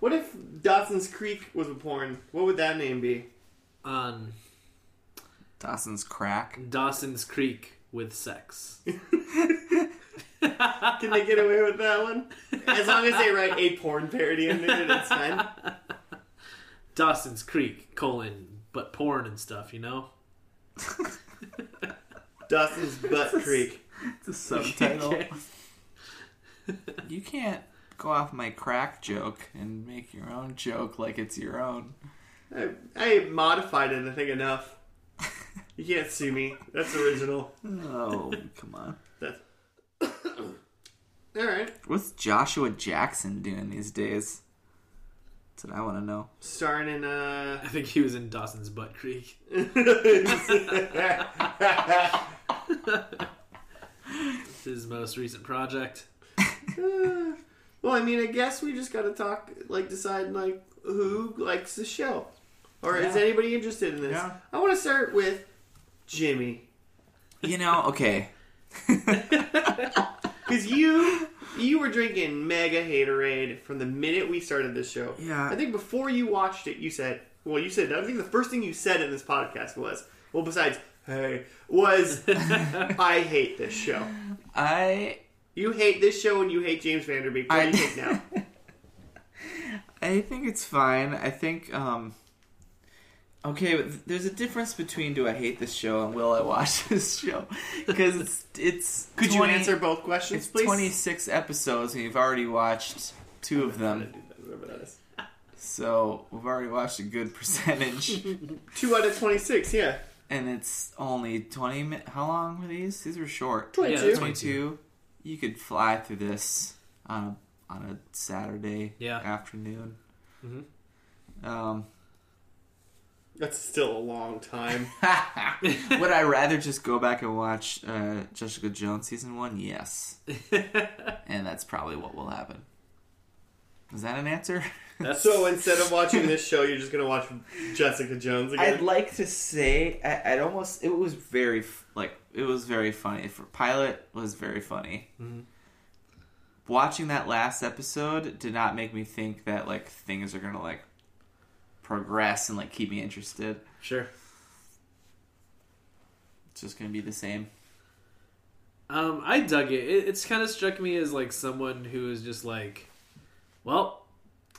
Speaker 3: what if Dotson's Creek was a porn? What would that name be?
Speaker 1: On
Speaker 2: Dawson's Crack.
Speaker 1: Dawson's Creek with sex.
Speaker 3: Can they get away with that one? As long as they write a porn parody in it, it's fine.
Speaker 1: Dawson's Creek, colon, but porn and stuff, you know?
Speaker 3: Dawson's Butt Creek.
Speaker 2: It's a subtitle. you can't go off my crack joke and make your own joke like it's your own.
Speaker 3: I, I modified it, I think, enough. You can't sue me. That's original.
Speaker 2: Oh, come on.
Speaker 3: That's All right.
Speaker 2: What's Joshua Jackson doing these days? That's what I want to know.
Speaker 3: Starring in uh.
Speaker 1: I think he was in Dawson's Butt Creek. His most recent project.
Speaker 3: well, I mean, I guess we just gotta talk, like, decide, like, who likes the show, or is
Speaker 2: Yeah.
Speaker 3: anybody interested in this?
Speaker 6: Yeah.
Speaker 3: I want to start with Jimmy.
Speaker 2: You know, okay.
Speaker 3: Because you you were drinking mega haterade from the minute we started this show.
Speaker 2: Yeah.
Speaker 3: I think before you watched it, you said, well, you said, I think the first thing you said in this podcast was, well, besides, hey, was, I hate this show.
Speaker 2: I
Speaker 3: You hate this show and you hate James Vanderbeek. What do you think now?
Speaker 2: I think it's fine. I think um okay, but th- there's a difference between do I hate this show and will I watch this show? Because it's it's
Speaker 3: Could you
Speaker 2: 20
Speaker 3: answer both questions,
Speaker 2: It's
Speaker 3: please?
Speaker 2: 26 episodes and you've already watched two of them.
Speaker 3: Whatever that is.
Speaker 2: So, we've already watched a good percentage
Speaker 3: Two out of 26, yeah.
Speaker 2: and it's only 20 min- how long were these? These were short.
Speaker 3: 22.
Speaker 1: Yeah,
Speaker 2: 22. You could fly through this on a on a Saturday
Speaker 1: Yeah.
Speaker 2: afternoon.
Speaker 1: Mhm.
Speaker 3: Mm-hmm.
Speaker 2: Um
Speaker 3: That's still a long time.
Speaker 2: Would I rather just go back and watch uh, Jessica Jones season one? Yes, and that's probably what will happen. Is that an answer?
Speaker 1: That's
Speaker 3: so instead of watching this show, you're just going to watch Jessica Jones again?
Speaker 2: I'd like to say I, I'd almost. It was very f- like it was very funny. For pilot was very funny.
Speaker 1: Mhm.
Speaker 2: Watching that last episode did not make me think that like things are gonna like progress and like keep me interested.
Speaker 1: sure.
Speaker 2: It's just gonna be the same.
Speaker 1: Um, I dug it. it it's kind of struck me as like someone who is just like, well,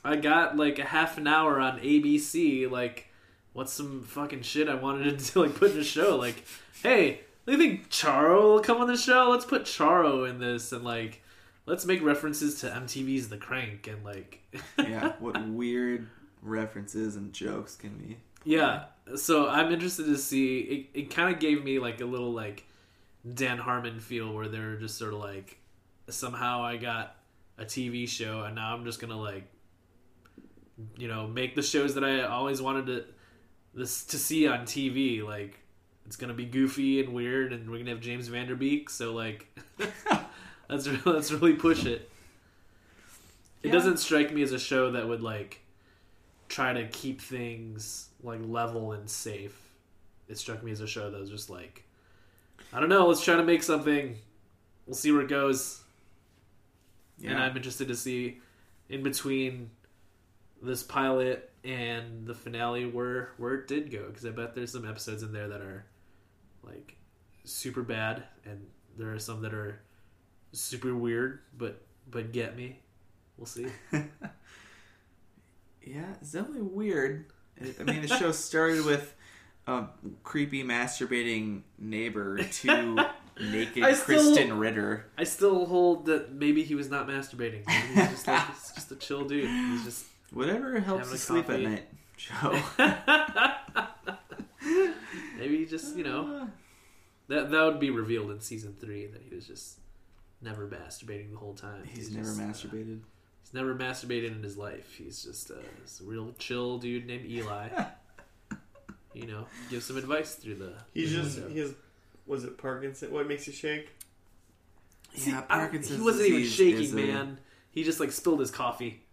Speaker 1: I got like a half an hour on ABC. Like, what's some fucking shit I wanted to like put in a show? Like, hey, they think Charo will come on the show. Let's put Charo in this and like, let's make references to MTV's The Crank and like,
Speaker 2: Yeah. what weird references and jokes can be.
Speaker 1: Yeah. So I'm interested to see. It, it kind of gave me like a little like Dan Harmon feel where they're just sort of like somehow I got a TV show and now I'm just gonna like you know make the shows that I always wanted to this to see on TV like. It's gonna be goofy and weird, and we're gonna have James Vanderbeek. So like, let's re- let's really push it. It
Speaker 2: Yeah.
Speaker 1: doesn't strike me as a show that would like try to keep things like level and safe. It struck me as a show that was just like, I don't know, let's try to make something. We'll see where it goes, and I'm interested to see in between this pilot and the finale where where it did go because I bet there's some episodes in there that are like super bad, and there are some that are super weird, but but get me. We'll see.
Speaker 2: Yeah, it's definitely weird. I- I mean, the show started with a creepy masturbating neighbor to naked
Speaker 1: I still-
Speaker 2: Kristen Ritter.
Speaker 1: I still hold that maybe he was not masturbating. Maybe He's just like he's just a chill dude. He's just
Speaker 2: Whatever helps
Speaker 1: Having
Speaker 2: you
Speaker 1: a
Speaker 2: sleep
Speaker 1: coffee.
Speaker 2: at night, Joe.
Speaker 1: maybe he just you know that that would be revealed in season three that he was just never masturbating the whole time.
Speaker 2: He's never
Speaker 1: just, uh,
Speaker 2: masturbated.
Speaker 1: he's never masturbated in his life. He's just uh, this real chill dude named Eli. you know, gives some advice through the.
Speaker 3: He's
Speaker 1: through the
Speaker 3: just
Speaker 1: window.
Speaker 3: his was it Parkinson? What makes you shake?
Speaker 1: See,
Speaker 2: yeah,
Speaker 1: I-
Speaker 2: Parkinson's
Speaker 1: He wasn't even
Speaker 2: disease is
Speaker 1: shaking,
Speaker 2: a-
Speaker 1: man. He just like spilled his coffee.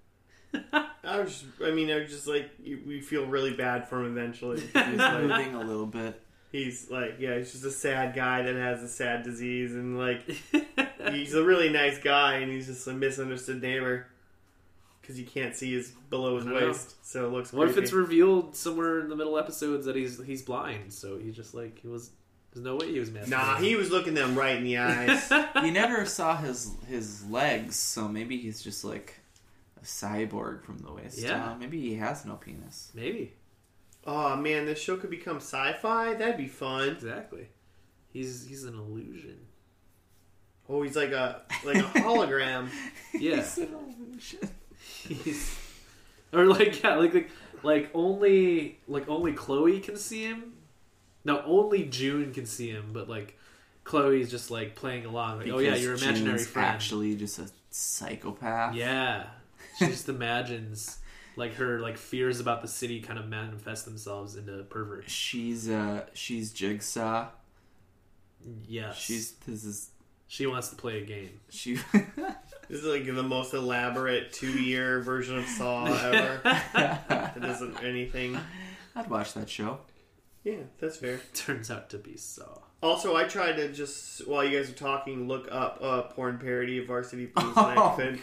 Speaker 3: I was, just, I mean, I was just like you, we feel really bad for him eventually.
Speaker 2: He's
Speaker 3: He's like,
Speaker 2: moving a little bit.
Speaker 3: he's like, yeah, he's just a sad guy that has a sad disease, and like he's a really nice guy, and he's just a misunderstood neighbor because you can't see his below his
Speaker 1: I know.
Speaker 3: waist, so it looks.
Speaker 1: What if
Speaker 3: creepy.
Speaker 1: it's revealed somewhere in the middle episodes that he's he's blind? So he's just like he was. There's no way he was masturbating.
Speaker 3: Nah, he was looking them right in the eyes.
Speaker 2: You never saw his his legs, so maybe he's just like a cyborg from the waist
Speaker 1: Yeah.
Speaker 2: down. Maybe he has no penis.
Speaker 1: Maybe
Speaker 3: oh man, this show could become sci-fi. That'd be fun.
Speaker 1: exactly. He's he's an illusion.
Speaker 3: Oh, he's like a like a hologram.
Speaker 1: Yeah.
Speaker 2: He's an illusion.
Speaker 1: He's- or like yeah, like, like like only like only Chloe can see him. No, only June can see him, but like Chloe's just like playing along. Like, oh yeah,
Speaker 2: Because
Speaker 1: your imaginary
Speaker 2: June's
Speaker 1: friend.
Speaker 2: actually just a psychopath.
Speaker 1: Yeah, she just imagines like her like fears about the city kind of manifest themselves into pervert.
Speaker 2: She's uh she's Jigsaw.
Speaker 1: Yes,
Speaker 2: She's this is
Speaker 1: she wants to play a game.
Speaker 2: she
Speaker 3: This is like the most elaborate two-year version of Saw ever. that isn't anything.
Speaker 2: I'd watch that show.
Speaker 3: Yeah, that's fair.
Speaker 1: Turns out to be Saw.
Speaker 3: Also, I tried to just while you guys were talking, look up a porn parody of Varsity Blues, and I
Speaker 2: Oh.
Speaker 3: couldn't.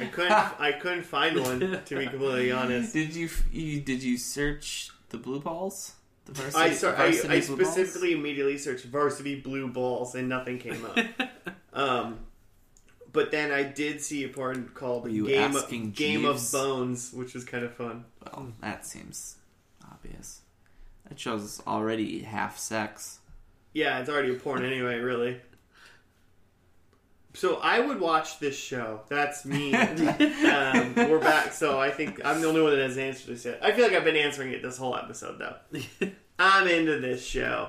Speaker 3: I couldn't. I couldn't find one. To be completely honest,
Speaker 2: Did you, you did you search the blue balls? The varsity,
Speaker 3: I, sor- I,
Speaker 2: varsity
Speaker 3: I
Speaker 2: Blue Balls?
Speaker 3: specifically immediately searched varsity blue balls and nothing came up. um, but then I did see a porn called
Speaker 2: Were you
Speaker 3: Game
Speaker 2: asking
Speaker 3: of, Game of
Speaker 2: Jeeves?
Speaker 3: Bones, which was kind of fun.
Speaker 2: Well, that seems obvious. That shows us already half sex.
Speaker 3: Yeah, it's already a porn anyway, really. So I would watch this show. That's me. um, we're back, so I think I'm the only one that has answered this yet. I feel like I've been answering it this whole episode, though. I'm into this show.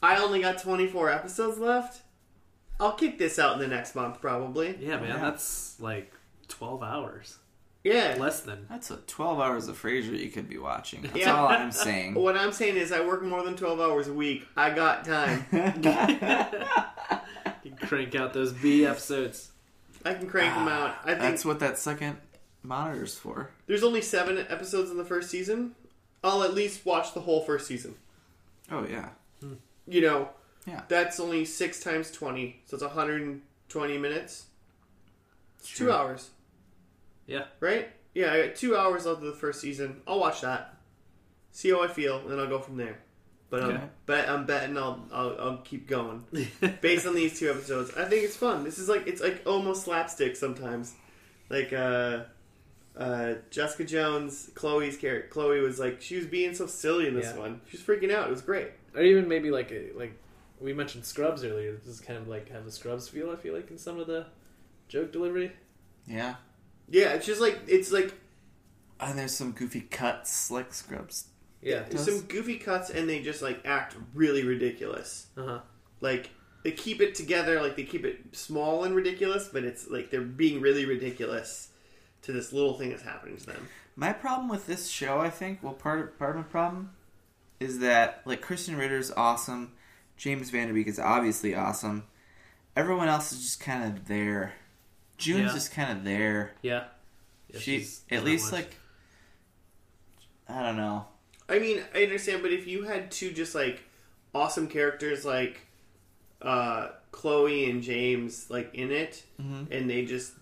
Speaker 3: I only got 24 episodes left. I'll kick this out in the next month, probably.
Speaker 1: Yeah, man,
Speaker 2: Oh, Yeah.
Speaker 1: that's like twelve hours,
Speaker 3: Yeah.
Speaker 1: less than.
Speaker 2: That's a twelve hours of Frasier you could be watching. That's
Speaker 3: Yeah.
Speaker 2: all I'm saying.
Speaker 3: What I'm saying is, I work more than 12 hours a week. I got time.
Speaker 1: You crank out those B episodes.
Speaker 3: I can crank them out. I think
Speaker 2: That's what that second monitor's for.
Speaker 3: there's only seven episodes in the first season. I'll at least watch the whole first season.
Speaker 2: Oh yeah.
Speaker 3: you know,
Speaker 2: Yeah.
Speaker 3: that's only six times 20. So it's 120 minutes. It's
Speaker 2: Sure.
Speaker 3: two hours,
Speaker 1: Yeah,
Speaker 3: right? Yeah, I got two hours left of the first season. I'll watch that, see how I feel, and then I'll go from there. But I'm,
Speaker 2: Okay.
Speaker 3: bet, I'm betting I'll, I'll, I'll keep going based on these two episodes. I think it's fun. This is like, it's like almost slapstick sometimes. Like, uh, uh, Jessica Jones, Chloe's character. Chloe was like, she was being so silly in this
Speaker 1: Yeah.
Speaker 3: one. She was freaking out. It was great.
Speaker 1: or even maybe like a, like we mentioned Scrubs earlier. This is kind of like have a Scrubs feel. I feel like in some of the joke delivery.
Speaker 2: Yeah.
Speaker 3: Yeah, it's just like, it's like
Speaker 2: And there's some goofy cuts like Scrubs.
Speaker 1: Yeah.
Speaker 2: does.
Speaker 3: some goofy cuts and they just like act really ridiculous.
Speaker 1: Uh huh.
Speaker 3: Like they keep it together, like they keep it small and ridiculous, but it's like they're being really ridiculous to this little thing that's happening to them.
Speaker 2: My problem with this show, I think, well, part part of my problem is that like Christian Ritter's awesome, James Vanderbeek is obviously awesome. Everyone else is just kind of there. June's
Speaker 1: Yeah.
Speaker 2: just kind of there.
Speaker 1: Yeah. Yeah,
Speaker 2: she's
Speaker 1: not
Speaker 2: at least
Speaker 1: much.
Speaker 2: like I don't know.
Speaker 3: I mean, I understand, but if you had two just like awesome characters like uh Chloe and James like in it and they just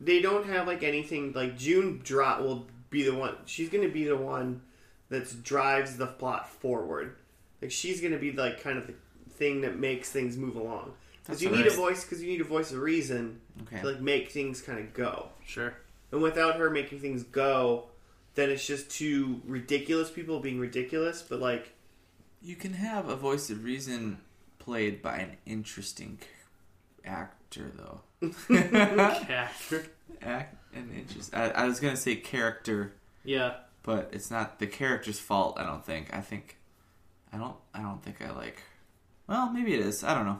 Speaker 3: they don't have like anything like June Drop will be the one she's gonna be the one that drives the plot forward. Like she's gonna be like kind of the thing that makes things move along. Because
Speaker 2: That's
Speaker 3: you need a
Speaker 2: alright.
Speaker 3: voice because you need a voice of reason
Speaker 2: Okay.
Speaker 3: to like make things kind of go.
Speaker 1: sure.
Speaker 3: And without her making things go, then it's just two ridiculous people being ridiculous. But like,
Speaker 2: you can have a voice of reason played by an interesting c- actor though.
Speaker 1: Actor.
Speaker 2: Act an interest. I, I was gonna say character,
Speaker 1: Yeah.
Speaker 2: but it's not the character's fault. I don't think. I think, I don't. I don't think I like. Well, maybe it is. I don't know.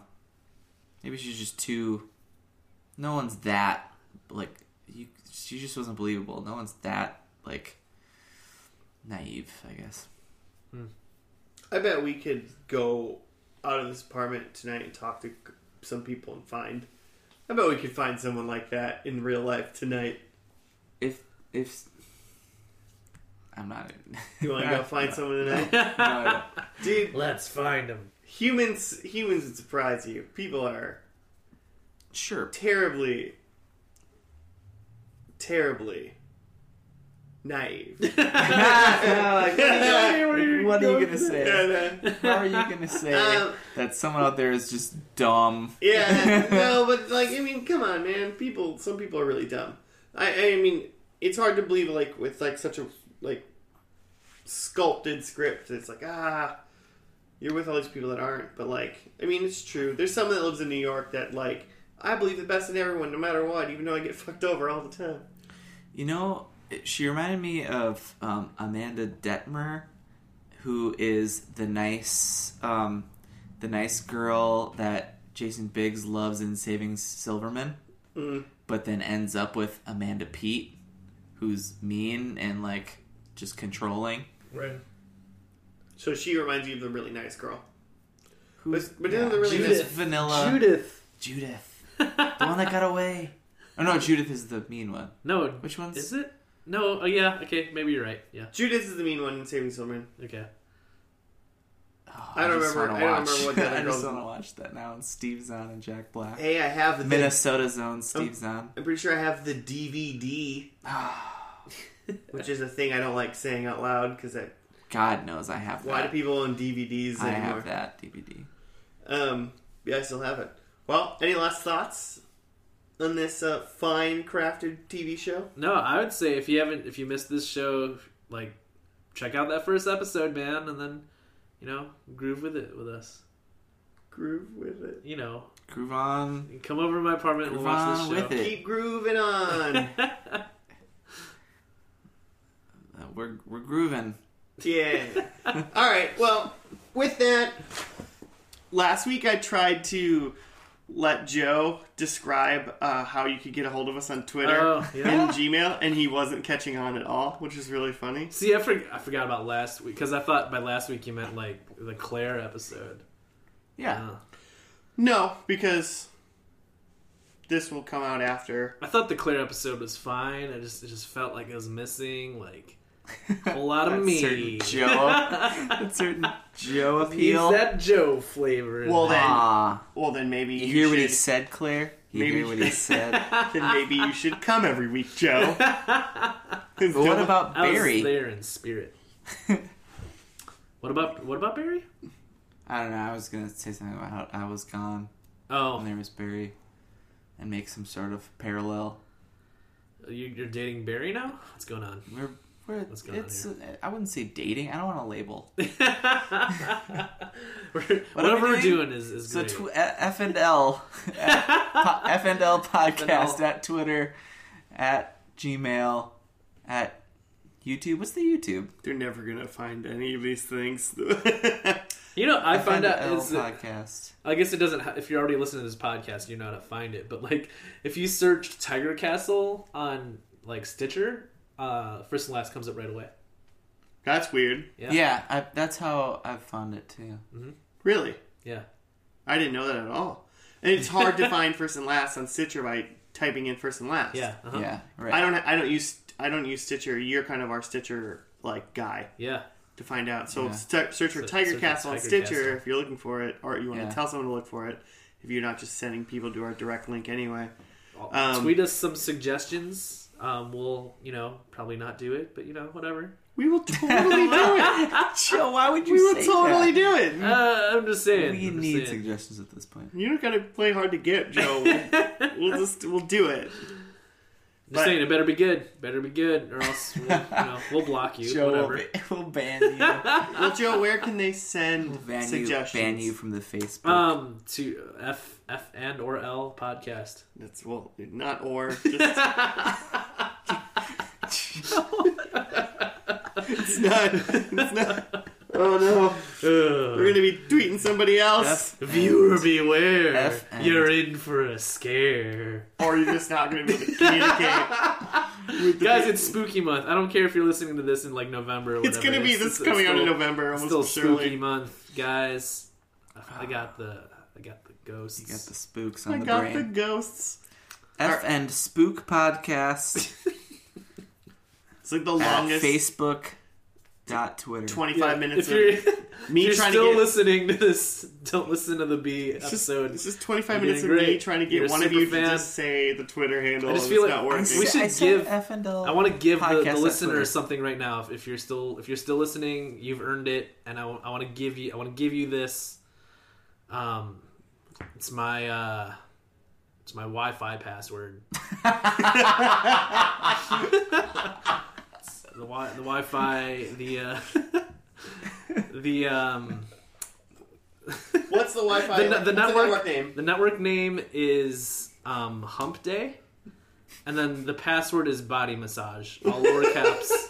Speaker 2: Maybe she's just too. No one's that like. You, she just wasn't believable. No one's that like. Naive, I guess.
Speaker 3: I bet we could go out of this apartment tonight and talk to c- some people and find. I bet we could find someone like that in real life tonight.
Speaker 2: If if. I'm not. even-
Speaker 3: You want to go find someone tonight,
Speaker 2: No, I don't.
Speaker 3: dude?
Speaker 1: Let's find him.
Speaker 3: Humans, humans would surprise you. People are
Speaker 2: Sure.
Speaker 3: terribly, terribly naive.
Speaker 2: Like, what are
Speaker 1: Where are
Speaker 2: you-
Speaker 1: you
Speaker 2: what are you
Speaker 1: going
Speaker 2: gonna say?
Speaker 3: And, uh,
Speaker 2: How are you gonna say
Speaker 3: Um,
Speaker 2: that someone out there is just dumb?
Speaker 3: Yeah, no, but like I mean, come on, man. People, some people are really dumb. I, I mean, it's hard to believe like with like such a like sculpted script. It's like ah, you're with all these people that aren't. But like, I mean, it's true. There's someone that lives in New York that like I believe the best in everyone, no matter what, even though I get fucked over all the time.
Speaker 2: You know, it- she reminded me of um, Amanda Detmer, who is the nice, um, the nice girl that Jason Biggs loves in Saving Silverman,
Speaker 4: Mm.
Speaker 2: but then ends up with Amanda Pete, who's mean and like just controlling.
Speaker 4: Right. So she reminds you of the really nice girl.
Speaker 2: Who's
Speaker 4: But- but isn't the really
Speaker 2: Judith
Speaker 4: nice-
Speaker 2: Vanilla
Speaker 1: Judith.
Speaker 2: Judith, the one that got away. Oh no, Judith is the mean one.
Speaker 1: No,
Speaker 2: Which one's
Speaker 1: is it? No. Oh yeah. Okay. Maybe you're right. Yeah.
Speaker 4: Judith is the mean one in Saving Silverman.
Speaker 1: Okay.
Speaker 2: Oh,
Speaker 4: I don't
Speaker 2: just
Speaker 4: remember-
Speaker 2: wanna
Speaker 4: I don't
Speaker 2: watch-
Speaker 4: remember what the other
Speaker 2: I just
Speaker 4: girl's-
Speaker 2: want to watch that now. And Steve's on and Jack Black.
Speaker 4: Hey, I have the.
Speaker 2: Minnesota's own Steve's
Speaker 3: Oh.
Speaker 2: on.
Speaker 4: I'm pretty sure I have the DVD, which is a thing I don't like saying out loud because
Speaker 2: God knows I have
Speaker 4: why do
Speaker 2: that.
Speaker 4: people own DVDs
Speaker 2: Uh, I
Speaker 4: anymore?
Speaker 2: have that DVD.
Speaker 4: Um, yeah, I still have it. Well, any last thoughts on this uh, fine crafted TV show?
Speaker 1: No, I would say if you haven't, if you missed this show, like check out that first episode, man, and then you know groove with it with us.
Speaker 4: Groove with it.
Speaker 1: You know,
Speaker 2: Groove on.
Speaker 1: come over to my apartment
Speaker 2: Groove
Speaker 1: and watch this
Speaker 2: on
Speaker 1: show.
Speaker 2: with it.
Speaker 4: Keep grooving on.
Speaker 2: Uh, We're, we're grooving.
Speaker 4: yeah. All right. Well, with that,
Speaker 3: Last week I tried to let Joe describe uh, how you could get a hold of us on Twitter
Speaker 1: Oh, yeah.
Speaker 3: and Gmail, and he wasn't catching on at all, which is really funny.
Speaker 1: See, I, for- I forgot about last week because I thought by last week you meant like the Claire episode.
Speaker 2: Yeah.
Speaker 1: Uh,
Speaker 3: No, because this will come out after.
Speaker 1: I thought the Claire episode was fine. I just it just felt like it was missing like a lot of
Speaker 2: That
Speaker 1: me.
Speaker 2: certain Joe. that certain Joe appeal.
Speaker 1: He's that Joe flavor. in
Speaker 3: Well,
Speaker 1: there.
Speaker 3: then,
Speaker 2: Ah,
Speaker 3: well then maybe
Speaker 2: you
Speaker 3: you,
Speaker 2: hear what he
Speaker 3: should,
Speaker 2: said, Claire? You
Speaker 3: Maybe-
Speaker 2: hear what he said?
Speaker 3: then maybe you should come every week, Joe.
Speaker 2: but what about
Speaker 1: I was
Speaker 2: Barry?
Speaker 1: there in spirit. What about what about Barry?
Speaker 2: I don't know. I was gonna say something about how I was gone and
Speaker 1: Oh,
Speaker 2: there was Barry, and make some sort of parallel.
Speaker 1: you, you're dating Barry now? What's going on?
Speaker 2: We're, we're
Speaker 1: What's going on
Speaker 2: it's uh, I wouldn't say dating. I don't want to label.
Speaker 1: We're-
Speaker 2: What
Speaker 1: whatever
Speaker 2: are we
Speaker 1: we're
Speaker 2: doing?
Speaker 1: doing is, is
Speaker 2: So
Speaker 1: great.
Speaker 2: tw- F and L, F and L podcast at Twitter, at Gmail, at YouTube. What's the YouTube?
Speaker 3: They're never gonna find any of these things.
Speaker 1: you know, I find out.
Speaker 2: L
Speaker 1: Is that-
Speaker 2: podcast.
Speaker 1: I guess it doesn't. ha- If you're already listening to this podcast, you know how to find it. But like, if you search Tiger Castle on like Stitcher, uh, first and last comes up right away.
Speaker 3: That's weird.
Speaker 1: Yeah.
Speaker 2: Yeah, I, that's how I found it too.
Speaker 3: Really,
Speaker 1: Yeah.
Speaker 3: I didn't know that at all. And it's hard to find first and last on Stitcher by typing in first and last.
Speaker 1: Yeah. Uh-huh.
Speaker 2: Yeah, right.
Speaker 3: I don't. I don't use. I don't use Stitcher. You're kind of our Stitcher like guy
Speaker 1: Yeah.
Speaker 3: to find out. So
Speaker 2: Yeah.
Speaker 3: st- search for
Speaker 1: Se-
Speaker 3: Tiger
Speaker 1: search for
Speaker 3: Castle on
Speaker 1: Tiger
Speaker 3: Stitcher
Speaker 1: Castle.
Speaker 3: if you're looking for it, or you want
Speaker 2: Yeah.
Speaker 3: to tell someone to look for it. If you're not just sending people to our direct link anyway. Um,
Speaker 1: Tweet us some suggestions. Um, we'll, you know, probably not do it, but you know, whatever.
Speaker 3: We will totally do it.
Speaker 2: Joe, why would you
Speaker 3: We will
Speaker 2: say
Speaker 3: totally
Speaker 2: that?
Speaker 3: do it.
Speaker 1: Uh, I'm just saying.
Speaker 2: We
Speaker 1: I'm just
Speaker 2: need
Speaker 1: saying.
Speaker 2: suggestions at this point.
Speaker 3: You don't gotta play hard to get, Joe. We'll- we'll just we'll do it.
Speaker 1: I'm just saying, it better be good. Better be good, or else we'll, you know, we'll block you.
Speaker 2: Joe will,
Speaker 1: whatever.
Speaker 2: ba- will ban you,
Speaker 3: Well, Joe, where can they send
Speaker 2: ban you,
Speaker 3: suggestions?
Speaker 2: ban you from the Facebook.
Speaker 1: Um, to F F and or L podcast.
Speaker 3: That's well, not or. Just, it's not. It's not. Oh no, we're
Speaker 1: Ugh.
Speaker 3: gonna be tweeting somebody else,
Speaker 2: F-
Speaker 1: Viewer beware!
Speaker 2: F and-
Speaker 1: You're in for a scare,
Speaker 3: or you're just not gonna be able to communicate. with the
Speaker 1: guys.
Speaker 3: people.
Speaker 1: It's spooky month. I don't care if you're listening to this in like November. Or
Speaker 3: it's
Speaker 1: whatever.
Speaker 3: gonna be this is coming out in
Speaker 1: still-
Speaker 3: November,
Speaker 1: It's
Speaker 3: almost
Speaker 1: still
Speaker 3: surely.
Speaker 1: spooky month, guys. I got the I got the ghosts.
Speaker 2: you got the spooks on
Speaker 3: I
Speaker 2: the
Speaker 3: got Oh the
Speaker 2: brain.
Speaker 3: ghosts.
Speaker 2: F and Spook Podcast
Speaker 3: It's like the
Speaker 2: at
Speaker 3: longest
Speaker 2: Facebook dot Twitter.
Speaker 3: twenty-five minutes.
Speaker 1: If you're,
Speaker 3: of me
Speaker 1: if you're
Speaker 3: trying
Speaker 1: still
Speaker 3: to get.
Speaker 1: listening to this, don't listen to the B
Speaker 3: It's just,
Speaker 1: episode.
Speaker 3: it's just 25
Speaker 1: You're
Speaker 3: minutes of
Speaker 1: doing
Speaker 3: me
Speaker 1: great.
Speaker 3: trying to get
Speaker 1: You're a
Speaker 3: one of
Speaker 1: super
Speaker 3: you to
Speaker 1: fan.
Speaker 3: just say the Twitter handle.
Speaker 1: I just
Speaker 3: and
Speaker 1: feel
Speaker 3: it's
Speaker 1: like-
Speaker 3: not
Speaker 1: I
Speaker 2: I
Speaker 3: working.
Speaker 1: We
Speaker 2: said- I
Speaker 1: should
Speaker 2: said
Speaker 1: give-
Speaker 2: F and L.
Speaker 1: I want to give the,
Speaker 2: podcast
Speaker 1: the
Speaker 2: on Twitter.
Speaker 1: listeners something right now. If, if you're still if you're still listening, you've earned it, and I want to give you I want to give you this. Um, it's my uh, it's my Wi-Fi password. the wi the Wi-Fi the uh, the um
Speaker 4: what's the Wi-Fi? what's
Speaker 1: The- the network-
Speaker 4: name.
Speaker 1: the network name is um Hump Day, and then the password is Body Massage, all lower caps.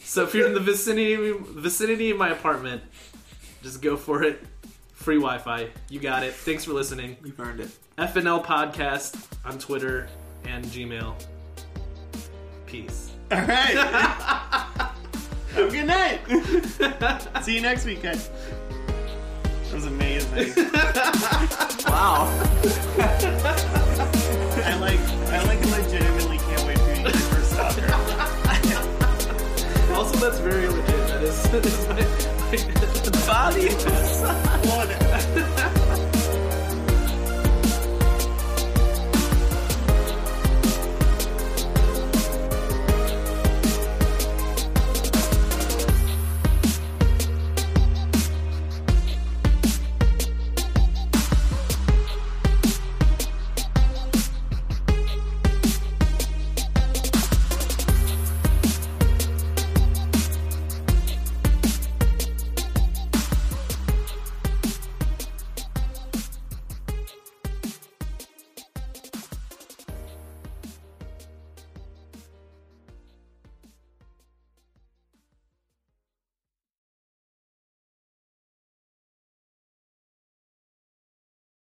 Speaker 1: So if you're in the vicinity vicinity of my apartment, just go for it. Free Wi Fi. You got it. Thanks for listening.
Speaker 2: You've earned it.
Speaker 1: FNL Podcast on Twitter and Gmail. Peace.
Speaker 3: All right.
Speaker 4: Have a good night.
Speaker 3: See you next week, guys. That was amazing.
Speaker 2: Wow.
Speaker 3: I like. I like. Legitimately can't wait for you to get your soccer.
Speaker 1: Also, that's very legit. That is, that is my, my
Speaker 2: Bobby.
Speaker 3: Well,